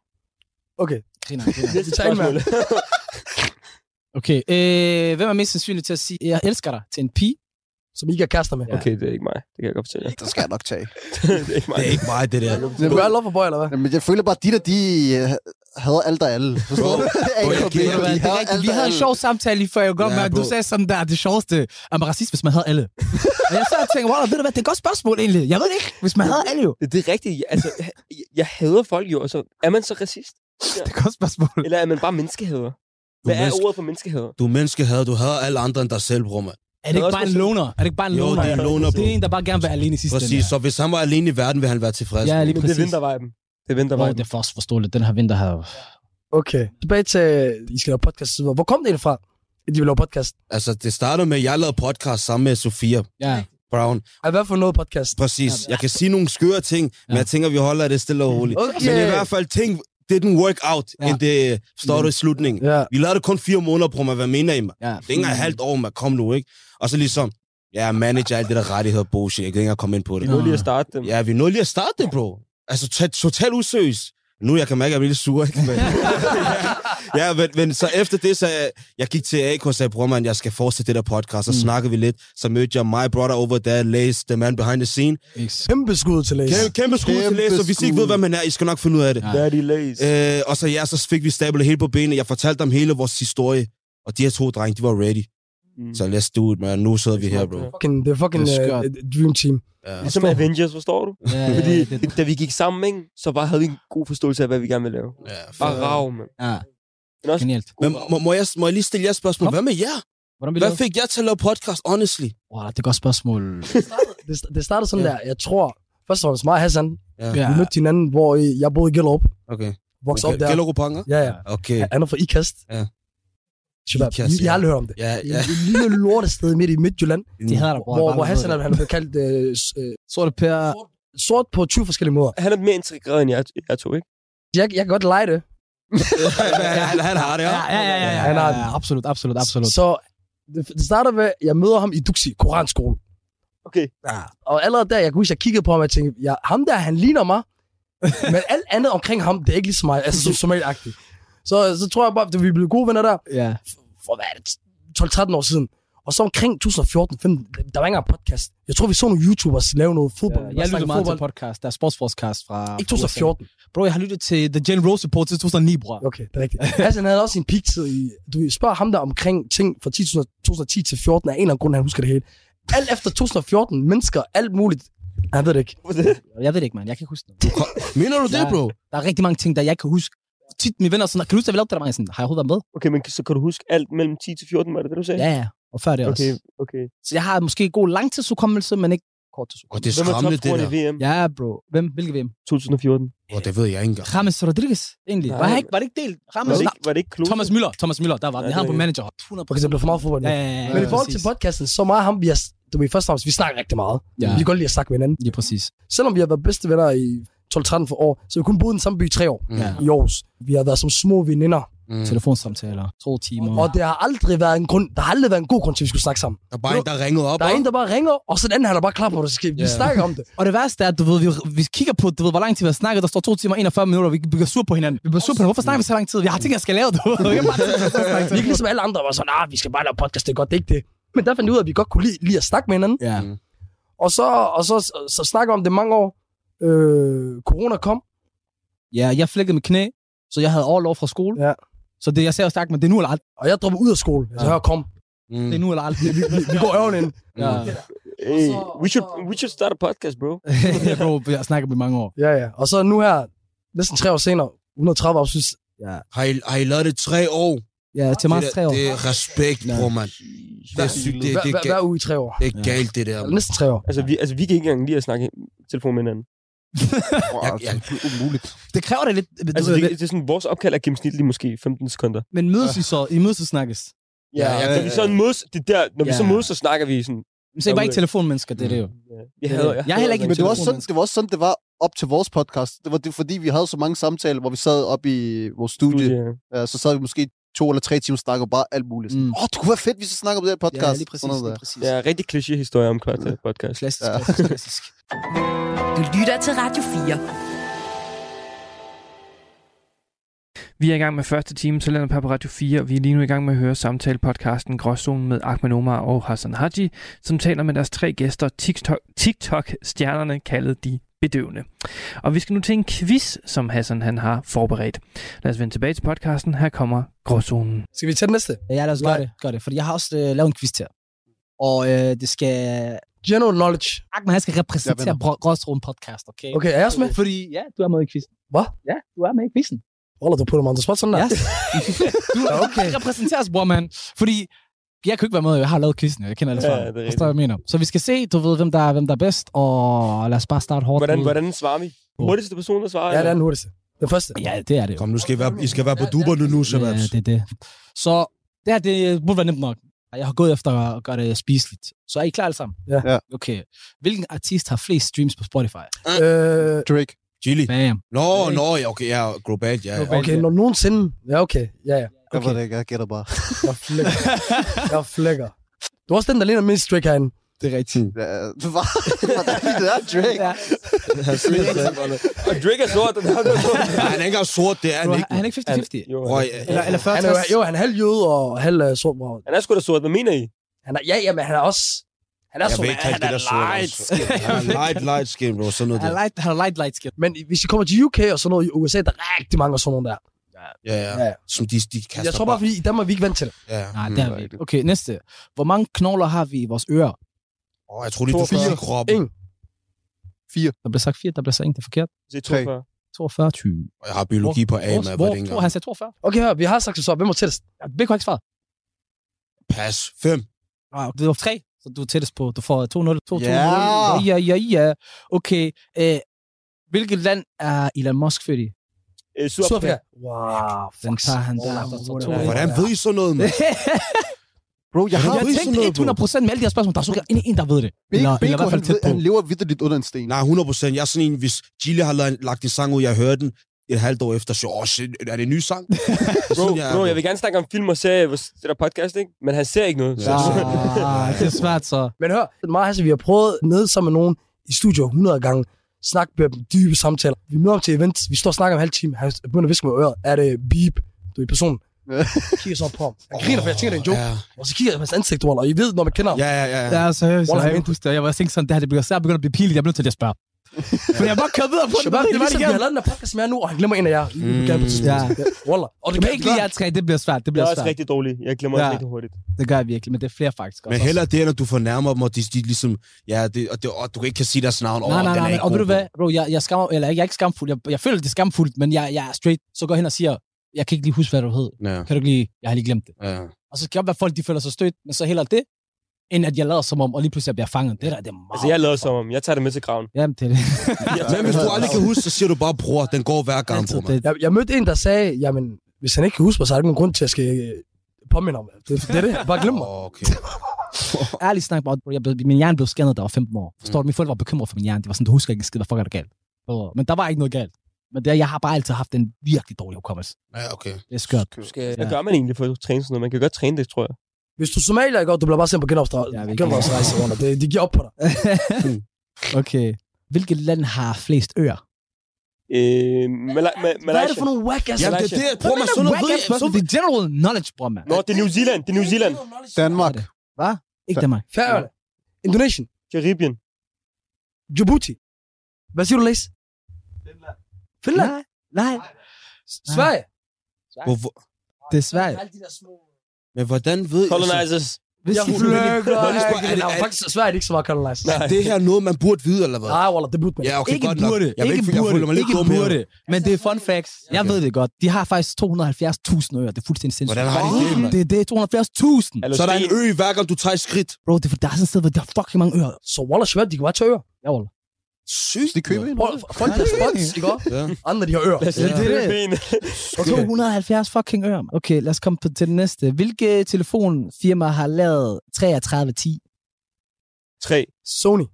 Speaker 5: Okay,
Speaker 9: Griner,
Speaker 7: Næste
Speaker 5: Tag en
Speaker 7: spørgsmål.
Speaker 9: Okay, øh, hvem er mest sandsynlig til at sige, jeg elsker dig til en pige?
Speaker 5: som I ikke er kærester med.
Speaker 9: Ja.
Speaker 7: Okay, det er ikke mig. Det kan jeg godt fortælle jer.
Speaker 8: Det skal jeg nok tage.
Speaker 7: det er ikke mig.
Speaker 6: Det er ikke mig, det der.
Speaker 5: Du er love for boy, eller hvad?
Speaker 8: Men jeg føler bare, at de der, de øh, hader alt og alle. Forstår du?
Speaker 6: bro, jeg
Speaker 8: AKB,
Speaker 6: giver dig-
Speaker 8: de
Speaker 9: Det er
Speaker 8: hader
Speaker 9: rigtigt.
Speaker 8: alt
Speaker 9: Vi
Speaker 8: og
Speaker 9: havde en
Speaker 8: alle.
Speaker 9: sjov samtale lige før, jeg godt
Speaker 6: Ja,
Speaker 9: ja, Du
Speaker 6: bro.
Speaker 9: sagde sådan der, det sjoveste er man racist, hvis man havde alle. og jeg sad og tænkte, wow, ved du hvad, det er et godt spørgsmål egentlig. Jeg ved det ikke, hvis man havde alle jo.
Speaker 7: Det er rigtigt. Jeg- Altså, jeg, jeg hader folk jo. Altså, er man så racist?
Speaker 9: Det er et godt spørgsmål.
Speaker 7: Eller er man bare menneskehader? Hvad er
Speaker 6: menneske-
Speaker 7: ordet for menneskehader?
Speaker 6: Du er menneskehader, du hader alle andre end dig selv, bror, mand.
Speaker 9: Er det ikke
Speaker 7: også
Speaker 9: bare en
Speaker 7: præcis-
Speaker 9: loner? Er det ikke bare en
Speaker 6: Jo,
Speaker 9: loner?
Speaker 6: det er en loner,
Speaker 9: Det er
Speaker 6: bro.
Speaker 9: en, der bare gerne vil være alene i sidste
Speaker 6: Præcis,
Speaker 9: ende.
Speaker 6: så hvis han var alene i verden, ville han være tilfreds.
Speaker 9: Ja,
Speaker 6: bro.
Speaker 9: lige
Speaker 7: Men det er
Speaker 9: præcis.
Speaker 7: vinterviben. Det er
Speaker 9: Åh,
Speaker 7: vinterviben.
Speaker 9: det er for forståeligt. Den her vinter her.
Speaker 5: Okay. Tilbage til, I skal lave podcast og så videre. Hvor kom det egentlig fra, at I vil lave podcast?
Speaker 6: Altså, det startede med, at jeg lavede podcast sammen med Sofia
Speaker 9: Ja.
Speaker 6: Brown.
Speaker 5: Ej, hvad for noget podcast?
Speaker 6: Præcis. Jeg kan sige nogle skøre ting, men
Speaker 9: Ja.
Speaker 6: jeg tænker, vi holder det stille og roligt.
Speaker 5: Okay.
Speaker 6: Men i hvert fald, ting didn't work out,
Speaker 9: Ja.
Speaker 6: end det øh, står i slutningen.
Speaker 5: Ja.
Speaker 6: Vi lavede det kun fire måneder, bror, man. Hvad mener I, man?
Speaker 9: ja.
Speaker 6: Det er ikke engang et halvt år, man. Kom nu, ikke? Og så ligesom, ja, manager, alt det der rettigheder, bullshit. Jeg kan ikke engang komme ind på
Speaker 7: Vi
Speaker 6: det.
Speaker 7: må lige at starte dem.
Speaker 6: Ja, vi nåede lige at starte det, bro. Altså, t- totalt useriøst. Nu jeg kan mærke, at jeg bliver lidt sur, ikke? Men, ja, men, men, så efter det, så øh, jeg gik til AK og sagde, bror man, jeg skal fortsætte det der podcast, og
Speaker 9: Mm.
Speaker 6: mm. snakkede vi lidt. Så mødte jeg my brother over there, Lace, the man behind the scene.
Speaker 5: Kæmpe skud til Lasse.
Speaker 6: Kæmpe, kæmpe skud til
Speaker 8: Kæmpe
Speaker 6: Lace, og hvis I ikke
Speaker 8: skud.
Speaker 6: ved, hvad man er, I skal nok finde ud af det.
Speaker 9: Ja.
Speaker 7: Hvad er de læs?
Speaker 6: Øh, og så ja, så fik vi stablet hele på benene. Jeg fortalte dem hele vores historie, og de her to drenge, de var ready.
Speaker 7: Mm.
Speaker 6: Mm. Så let's do it, man. Nu sidder vi her, bro.
Speaker 5: Fucking, det er fucking
Speaker 9: Det er
Speaker 5: øh,
Speaker 9: skørt.
Speaker 5: et dream team.
Speaker 6: Ja.
Speaker 7: Ligesom Avengers, forstår du?
Speaker 9: Ja,
Speaker 7: Fordi
Speaker 9: ja, det-
Speaker 7: da vi gik sammen, ikke, så bare havde vi en god forståelse af, hvad vi gerne ville lave.
Speaker 6: Ja,
Speaker 7: Bare
Speaker 6: fair.
Speaker 7: rav, mand.
Speaker 9: ja.
Speaker 7: Men også
Speaker 9: Genialt.
Speaker 6: men må, må, jeg, må jeg lige stille jer et spørgsmål?
Speaker 9: Kom.
Speaker 6: Hvad med jer?
Speaker 9: Hvordan vil du?
Speaker 6: Hvad fik jeg til at lave podcast, honestly?
Speaker 9: Wow, det er et godt spørgsmål.
Speaker 5: Det, det startede sådan der, jeg tror, først og fremmest mig og Hassan,
Speaker 9: Ja.
Speaker 5: vi mødte hinanden, hvor øh, jeg boede i Gellerup,
Speaker 6: Okay.
Speaker 5: voksede op der.
Speaker 6: Gellerup Anker?
Speaker 5: Ja, ja.
Speaker 6: Okay.
Speaker 5: Han er fra Ikast.
Speaker 6: Ja.
Speaker 5: Shabab,
Speaker 6: Ikast,
Speaker 5: I, I har
Speaker 6: ja.
Speaker 5: aldrig hørt om det.
Speaker 6: Ja,
Speaker 5: I
Speaker 6: ja.
Speaker 5: et lille lortested midt i Midtjylland,
Speaker 9: De hader dig, bror.
Speaker 5: hvor,
Speaker 9: Bare
Speaker 5: hvor
Speaker 9: ved
Speaker 5: Hassan
Speaker 9: det.
Speaker 5: han er blevet kaldt øh, s- øh,
Speaker 9: Sorte Per.
Speaker 5: sort på 20 forskellige måder.
Speaker 7: han er mere integreret end jeg, jeg tog, ikke?
Speaker 5: Jeg, jeg kan godt lege det.
Speaker 6: han, han har det,
Speaker 9: Ja, ja, ja, ja, ja,
Speaker 5: Han
Speaker 9: ja,
Speaker 5: har
Speaker 9: ja, absolut, absolut, absolut.
Speaker 5: Så det, det starter med, jeg møder ham i Duxi, Koranskole.
Speaker 7: Okay.
Speaker 5: Ja. Og allerede der, jeg kunne huske, jeg kiggede på ham, og jeg tænkte, ja, ham der, han ligner mig. men alt andet omkring ham, det er ikke ligesom mig, altså som somalagtigt. Så, så tror jeg bare, at vi blev gode venner der,
Speaker 9: Ja.
Speaker 5: for hvad er det, 12-13 år siden. Og så omkring 2014-15, der var ikke engang podcast. Jeg tror, vi så nogle YouTubers lave noget fodbold.
Speaker 9: Jeg
Speaker 5: snakkede
Speaker 9: lytter meget
Speaker 5: fodbold.
Speaker 9: til podcast. Der er sportsforskast fra...
Speaker 5: Ikke 2014.
Speaker 9: Bro, jeg har lyttet til The Jen Rose Report til 2009, bror.
Speaker 5: Okay, det er rigtigt. Hassan havde også sin peak-tid i... Du spørger ham der omkring ting fra 10 2010 til 14 af en eller anden grund, han husker det hele. Alt efter 2014, mennesker, alt muligt. Han ved det ikke.
Speaker 9: Jeg ved det ikke, mand. Jeg kan ikke huske det.
Speaker 6: Mener du det,
Speaker 9: Ja.
Speaker 6: bro?
Speaker 9: Der er rigtig mange ting, der jeg ikke kan huske. Tit mine venner er sådan, kan du huske, at vi lavede det der? Mange sådan, har jeg overhovedet været med?
Speaker 7: Okay, men så kan du huske alt mellem 10 til 14, var det det, du sagde?
Speaker 9: Ja, ja. Og før det
Speaker 7: Okay,
Speaker 9: også.
Speaker 7: okay.
Speaker 9: Så jeg har måske god langtidsudkommelse, men ikke kort
Speaker 6: Og det er
Speaker 7: Hvem er
Speaker 6: skræmmende, det
Speaker 7: topscorer
Speaker 6: der.
Speaker 7: i VM
Speaker 9: Ja, bro. Hvem? Hvilke hvem?
Speaker 7: 2014?
Speaker 6: Og det ved jeg ikke engang.
Speaker 9: Rames Rodriguez, egentlig.
Speaker 7: Nej.
Speaker 9: Var, han ikke, var det ikke delt?
Speaker 7: Var
Speaker 9: Rames?
Speaker 7: det ikke, var det ikke klogt?
Speaker 9: Thomas Müller. Thomas Müller, der var den.
Speaker 7: Ja,
Speaker 9: Jeg havde
Speaker 7: det
Speaker 9: ham på
Speaker 7: er-
Speaker 9: manager. 100
Speaker 5: For eksempel for meget fodbold.
Speaker 9: Ja,
Speaker 5: Ja,
Speaker 9: ja, ja, ja.
Speaker 5: Men i forhold til
Speaker 9: præcis.
Speaker 5: podcasten, så meget ham, vi har... Du ved, først og fremmest, vi snakker rigtig meget.
Speaker 9: Ja.
Speaker 5: Ja. Vi kan godt lide at snakke med hinanden.
Speaker 9: Ja, præcis.
Speaker 5: Selvom vi har været bedste venner i 12-13 for år, så har vi kun boet i den samme by i tre år
Speaker 9: Ja.
Speaker 5: i Aarhus. Vi har været som små veninder.
Speaker 6: Mm.
Speaker 9: Telefonsamtaler. To timer.
Speaker 5: Og det har aldrig været en grund... Der har aldrig været en god grund til, at vi skulle snakke sammen.
Speaker 6: Der er bare en, der ringede op.
Speaker 5: Der er
Speaker 6: og-
Speaker 5: en, der bare ringer, og så den anden, han er bare klar på, at det skal. Vi
Speaker 9: Ja.
Speaker 5: snakker om det.
Speaker 9: Og det værste er, at du ved, vi, vi kigger på, du ved, hvor lang tid vi har snakket, der står 2 timer og 41 minutter, og vi bliver sur på hinanden. Vi bliver sur på hinanden. Hvorfor snakker vi så lang tid? Jeg har tænkt, jeg skal lave det. Jeg kan bare tænke, jeg skal snakke
Speaker 5: Vi er
Speaker 9: til
Speaker 5: ikke ligesom alle andre, var sådan, ah, vi skal bare lave podcast, det er godt, det er ikke det. Men der fandt jeg ud af, at vi godt kunne lide, lide at snakke med hinanden.
Speaker 9: dig. Ja.
Speaker 6: Mm.
Speaker 5: Og så, og så, så, så snakker om det mange år. Øh, corona kom.
Speaker 9: ja, jeg flækkede mit knæ, så jeg havde overlov fra skole.
Speaker 5: Ja.
Speaker 9: Så det, jeg sagde jo stærkt, men det er nu eller aldrig.
Speaker 5: Og jeg dropper ud af skole. Jeg sagde,
Speaker 9: Ja.
Speaker 5: hør, kom.
Speaker 6: Mm.
Speaker 9: Det er nu eller aldrig.
Speaker 5: Vi går øven ind.
Speaker 9: ja.
Speaker 7: Hey, Øh, we should, we should start a podcast, bro.
Speaker 9: ja, bro, jeg har snakket med i mange år.
Speaker 5: Ja, ja. Og så nu her, næsten tre år senere, 130 afsnit.
Speaker 6: Har, I, har I lavet det tre år?
Speaker 9: Ja, til
Speaker 6: Det,
Speaker 9: marts tre
Speaker 6: der,
Speaker 9: år.
Speaker 6: det er respekt,
Speaker 9: Ja.
Speaker 6: bror, mand. Det er sygt. Det,
Speaker 5: Hver,
Speaker 6: det,
Speaker 5: hver,
Speaker 6: er
Speaker 5: hver
Speaker 6: galt,
Speaker 5: uge i tre år.
Speaker 6: det er galt, det der.
Speaker 5: Eller
Speaker 6: mand.
Speaker 5: Næsten tre år.
Speaker 7: Altså, vi, altså, vi kan ikke engang lige at snakke i telefon med hinanden.
Speaker 8: Bror,
Speaker 6: Jeg-
Speaker 8: det
Speaker 6: jeg-
Speaker 8: er umuligt.
Speaker 9: Det kræver da lidt. du
Speaker 7: Altså,
Speaker 9: ved,
Speaker 7: det,
Speaker 9: lidt-
Speaker 7: det er sådan, vores opkald er gennemsnitligt måske 15 sekunder.
Speaker 9: men mødes I så? I mødes og snakkes.
Speaker 6: Ja,
Speaker 7: ja,
Speaker 6: ja,
Speaker 7: når
Speaker 6: ja,
Speaker 7: vi
Speaker 6: ja.
Speaker 7: så mødes, det er der, når vi så
Speaker 9: Ja.
Speaker 7: mødes, så snakker vi sådan.
Speaker 9: Men så er I bare ikke telefonmennesker, det er det jo.
Speaker 7: Jeg hader,
Speaker 9: Jeg er heller ikke-
Speaker 8: Men det var,
Speaker 9: Telefon,
Speaker 8: også sådan,
Speaker 9: mennesker.
Speaker 8: det var også sådan, det var op til vores podcast, det var det, fordi vi havde så mange samtaler, hvor vi sad op i vores studie. studie. Ja, Øh, så sad vi måske to eller tre timer og snakkede om bare alt muligt. Åh,
Speaker 4: Mm.
Speaker 8: mm. oh, det kunne være fedt, hvis vi snakker om det her podcast.
Speaker 9: Ja, lige præcis.
Speaker 8: Sådan noget
Speaker 9: Lige
Speaker 8: der.
Speaker 9: præcis.
Speaker 7: Ja, rigtig kliché-historie om kvartal podcast.
Speaker 9: Klassisk,
Speaker 8: Ja.
Speaker 9: klassisk, klassisk.
Speaker 2: Du lytter til Radio 4.
Speaker 3: Vi er i gang med første time, så lander på Radio 4, og vi er lige nu i gang med at høre samtale-podcasten Gråzonen med Ahmed Omar og Hassan Haji, som taler med deres tre gæster, TikTok- TikTok-stjernerne kaldet De Bedøvende. Og vi skal nu til en quiz, som Hassan han har forberedt. Lad os vende tilbage til podcasten. Her kommer Gråzonen.
Speaker 5: Skal vi tage den næste?
Speaker 9: Ja, lad os gøre det. Gør det, fordi jeg har også øh, lavet en quiz til jer. Og øh, det skal...
Speaker 5: General knowledge.
Speaker 9: Ahmed, han skal repræsentere
Speaker 8: Jeg
Speaker 9: Gråstrøm Podcast, okay?
Speaker 5: Okay, er jeg også med?
Speaker 9: Fordi, ja, du er med i quizzen.
Speaker 5: Hvad?
Speaker 9: Ja, du er med i quizzen.
Speaker 5: Roller, du putter mig on the spot sådan der.
Speaker 9: Yes. du
Speaker 5: Ja, okay.
Speaker 9: repræsenteres, bror, mand. Fordi jeg kan ikke være med, jeg har lavet quizzen, jeg kender alle
Speaker 7: Ja,
Speaker 9: svarene.
Speaker 7: det er rigtigt.
Speaker 9: Forstår, hvad jeg mener. Så vi skal se, du ved, hvem der er, hvem der er bedst, og lad os bare starte hårdt.
Speaker 7: Hvordan,
Speaker 9: ud.
Speaker 7: hvordan svarer vi? Hurtigste person, der svarer?
Speaker 5: Ja, det er den hurtigste. Den første.
Speaker 9: Ja, det er det jo.
Speaker 6: Kom, nu skal I være, I skal være på duberne nu, Shababs.
Speaker 9: Ja, det er det. Så det her, det burde være nemt nok. Jeg har gået efter at gøre det spiseligt. Så er I klar alle sammen?
Speaker 5: Ja.
Speaker 8: Ja.
Speaker 9: Okay. Hvilken artist har flest streams på Spotify?
Speaker 5: Øh,
Speaker 8: Drake.
Speaker 6: Chili.
Speaker 9: Bam.
Speaker 6: Nå, nå, ja, okay, ja, globalt, ja. ja.
Speaker 5: okay, når nogensinde... Ja, okay. Ja, ja.
Speaker 8: Jeg ved det ikke, jeg gætter bare.
Speaker 5: Jeg flækker. Jeg flækker. Du er også den, der ligner mindst Drake herinde.
Speaker 8: Det er rigtigt. Ja, hvad? Hvordan er det der, Drake?
Speaker 9: Ja.
Speaker 7: Og Drake er sort, den her. den er sort.
Speaker 6: Nej, han er ikke engang sort, det er han
Speaker 9: Bro,
Speaker 6: ikke.
Speaker 9: er han ikke 50-50?
Speaker 7: Jo,
Speaker 6: Røg,
Speaker 7: han-
Speaker 9: Eller, eller 40
Speaker 5: Han er, jo- jo, han er halv jøde og halv uh, sort bror.
Speaker 7: Han er sgu da sort, hvad mener I?
Speaker 5: Han er, ja, ja, men han er også... Han er
Speaker 6: jeg
Speaker 5: så
Speaker 6: ved ikke rigtig, det der sort. altså. Han er light, light skin, bro, sådan noget
Speaker 9: Han
Speaker 6: der.
Speaker 9: light, han er light, light skin.
Speaker 5: Men hvis I kommer til UK og sådan noget i USA, der er rigtig mange af sådan nogle der.
Speaker 6: Ja, ja.
Speaker 5: Ja.
Speaker 6: Som de, de kaster
Speaker 5: Jeg tror bare, fordi i Danmark er vi ikke vant til det.
Speaker 6: Ja.
Speaker 9: Nej,
Speaker 6: Mm.
Speaker 9: det er vi ikke. Okay, næste. Hvor mange knogler har vi i vores ører?
Speaker 6: Åh, jeg tror lige, du
Speaker 5: Fire.
Speaker 6: fik kroppen.
Speaker 5: Ingen.
Speaker 9: Der bliver sagt 4, der bliver sagt 1, det er forkert.
Speaker 7: Det er
Speaker 8: Tre.
Speaker 7: 42.
Speaker 9: 42, 20.
Speaker 6: Og Jeg har biologi på A,
Speaker 9: Hvor,
Speaker 6: med,
Speaker 9: hvor,
Speaker 6: hvad det ikke
Speaker 9: hvor, han sagde 42.
Speaker 5: Okay, hør, vi har sagt så. Hvem var tættest?
Speaker 9: Ja, Begge har ikke svaret.
Speaker 6: Pas. Fem.
Speaker 9: Ah, det var 3, så du er tættest på. Du får 2-0. 2-2.
Speaker 8: Ja.
Speaker 9: ja, ja, ja. Okay. Øh, hvilket land er Elon Musk født i?
Speaker 7: Øh, Sydafrika.
Speaker 5: Sydafrika. Wow.
Speaker 9: Den tager han der.
Speaker 5: Wow,
Speaker 9: der står
Speaker 5: hvordan-
Speaker 9: to.
Speaker 6: Hvordan ved I sådan noget, mand?
Speaker 8: Bro, jeg har
Speaker 9: Jeg
Speaker 6: ved sådan
Speaker 9: tænkte
Speaker 6: noget, bro.
Speaker 9: 100 procent med alle de her spørgsmål. Der er sikkert en, en der ved det. Eller, eller i
Speaker 8: Bacon,
Speaker 9: hvert
Speaker 8: han,
Speaker 9: fald tæt
Speaker 8: ved-
Speaker 9: på.
Speaker 8: han lever vidderligt under en sten.
Speaker 6: Nej, 100 procent. Jeg er sådan en, hvis Gilly har la- lagt en sang ud, jeg hører den et halvt år efter, så åh, shit, er det en ny sang? Det er
Speaker 7: Bro,
Speaker 6: sådan, jeg er,
Speaker 7: bro, jeg vil gerne snakke om film og serie, hvis det der podcast, ikke? Men han ser ikke noget.
Speaker 6: Ja.
Speaker 7: Så.
Speaker 9: Ah, det er svært så.
Speaker 5: Men hør, det er meget Hasse, vi har prøvet ned sammen med nogen i studiet 100 gange. Snak med dem, dybe samtaler. Vi møder op til event, vi står og snakker om en halv time. Han begynder at viske med øret. Er det beep? Du er i personen.
Speaker 8: Ja.
Speaker 5: Jeg kigger så op på ham. Han griner, for jeg tænker, det er en joke.
Speaker 6: Ja,
Speaker 5: Og så kigger jeg på hans ansigt, Waller. I ved, når man kender ham.
Speaker 6: ja, ja. ja.
Speaker 9: Ja,
Speaker 6: ja.
Speaker 9: seriøst.
Speaker 5: Wallah,
Speaker 9: Jeg kan
Speaker 5: han-
Speaker 9: ikke huske det. Jeg var tænkt sådan, det her, det bliver svært begyndt at blive pinligt. Jeg bliver nødt til at spørge. For jeg har bare kørt videre på
Speaker 5: Shabab, det er ligesom, vi
Speaker 9: igen.
Speaker 5: har lavet den her podcast med jer nu, og han glemmer en af jer. Mm. Vi gerne på tidspunkt.
Speaker 9: Ja.
Speaker 5: Ja. Waller. Og det
Speaker 9: Jeg kan ikke lide jer tre, det bliver svært. Det
Speaker 7: Jeg
Speaker 9: bliver
Speaker 7: er også
Speaker 9: svært.
Speaker 7: rigtig dårlig. Jeg glemmer også
Speaker 9: Ja.
Speaker 7: rigtig hurtigt.
Speaker 9: Det gør jeg virkelig, men det er flere faktisk også.
Speaker 6: Men heller det, når du fornærmer dem, og de, de ligesom... Ja, det, og, det, og du kan ikke kan sige deres navn. Åh,
Speaker 9: Nej, nej,
Speaker 6: den er
Speaker 9: nej, nej.
Speaker 6: ikke
Speaker 9: Og ved
Speaker 6: god,
Speaker 9: du hvad, bro, jeg, jeg, skammer, eller, ikke- jeg er ikke skamfuld. Jeg, jeg føler, det er skamfuldt, men jeg, jeg er straight. Så går jeg hen og siger, jeg kan ikke lige huske, hvad du hed.
Speaker 6: bro. Ja,
Speaker 9: Kan du ikke lige, jeg har lige glemt det.
Speaker 6: ja.
Speaker 9: Og så kan det godt være, folk de føler sig stødt, men så heller det, end at jeg lader som om, og lige pludselig jeg bliver fanget. Det der, det er meget.
Speaker 7: Altså, jeg lader som om. Jeg tager det med til graven.
Speaker 9: Jamen, det er det.
Speaker 6: Men hvis du aldrig kan huske, så siger du bare, bror, den går hver gang,
Speaker 9: Altid
Speaker 6: bror,
Speaker 9: det.
Speaker 6: mand.
Speaker 5: Jeg, jeg mødte en, der sagde, jamen, hvis han ikke kan huske mig, så er der ikke nogen grund til, at jeg skal øh, påminde om det. Det, det er det. Bare glem mig.
Speaker 6: Åh, Okay.
Speaker 9: Ærligt snak, bro, jeg blev, min hjerne blev scannet, da jeg var 15 år. Forstår du? Mine forældre var bekymrede for min hjerne. De var sådan, du husker ikke en skid, hvad fuck er der galt? Forstår du? Men der var ikke noget galt. Men det, er- jeg har bare altid haft en virkelig dårlig hukommelse.
Speaker 6: Ja, okay.
Speaker 9: Det er skørt.
Speaker 7: Skal... Hvad gør man egentlig for at træne sådan noget? Man kan godt træne det, tror jeg.
Speaker 5: Hvis du er somalier, ikke? Og du bliver bare sendt på genopdrag-
Speaker 9: Jeg vil ikke-
Speaker 5: genopdragelsesrejse rundt. Det, de giver op på dig.
Speaker 9: Okay. Hvilket land har flest øer?
Speaker 7: Øh, Mala- Ma-
Speaker 5: Hvad er det
Speaker 7: Malaysia.
Speaker 5: for nogle whack-ass?
Speaker 6: Jamen, det er det, bror, man sådan noget ved.
Speaker 9: Så det er general knowledge, bror, mand.
Speaker 7: Nå, det er New Zealand. Det er New Zealand.
Speaker 8: Danmark.
Speaker 9: Ikke Danmark.
Speaker 5: Færøerne. Indonesien.
Speaker 7: Karibien.
Speaker 5: Djibouti. Hvad siger du, Lace? Finland. Finland?
Speaker 9: Nej, nej.
Speaker 5: Nej. Sverige?
Speaker 6: Hvor, hvor,
Speaker 9: Det er Sverige.
Speaker 6: men hvordan ved jeg...
Speaker 7: Colonizers.
Speaker 9: Hvis
Speaker 5: Jeg
Speaker 9: I
Speaker 5: flykker.
Speaker 6: Må jeg lige spørge, er det-
Speaker 5: Nej,
Speaker 6: er-
Speaker 5: faktisk Sverige er det ikke så meget colonized.
Speaker 6: Er det her noget, man burde vide, eller hvad?
Speaker 5: Nej, Waller, det burde man.
Speaker 6: Ja, okay,
Speaker 9: ikke
Speaker 6: godt nok.
Speaker 9: burde,
Speaker 6: Jeg ved
Speaker 9: ikke
Speaker 6: jeg
Speaker 9: burde,
Speaker 6: føler mig lidt
Speaker 9: ikke
Speaker 6: dum her.
Speaker 9: burde, men det er fun facts. Jeg ved det godt. De har faktisk 270.000 øer. Det er fuldstændig sindssygt.
Speaker 6: Hvordan har de det, mand?
Speaker 9: det? Det er 270.000.
Speaker 7: Eller
Speaker 6: Så er der en
Speaker 7: sten.
Speaker 6: ø, hver gang du tager et skridt.
Speaker 9: Bro, det er, der er sådan et sted, hvor der er fucking mange øer.
Speaker 5: Så Waller Shabab, de kan bare tage øer.
Speaker 9: Ja, Walla.
Speaker 6: Sygt.
Speaker 8: De køber en.
Speaker 5: Prøv, Folk der spons, ikke også?
Speaker 6: Ja.
Speaker 5: Andre, de har øer.
Speaker 9: Ja, det er det.
Speaker 7: Ben.
Speaker 9: 270 fucking øer. mand. Okay, lad os komme på- til det næste. Hvilke telefonfirma har lavet 3310?
Speaker 7: Tre.
Speaker 5: Sony.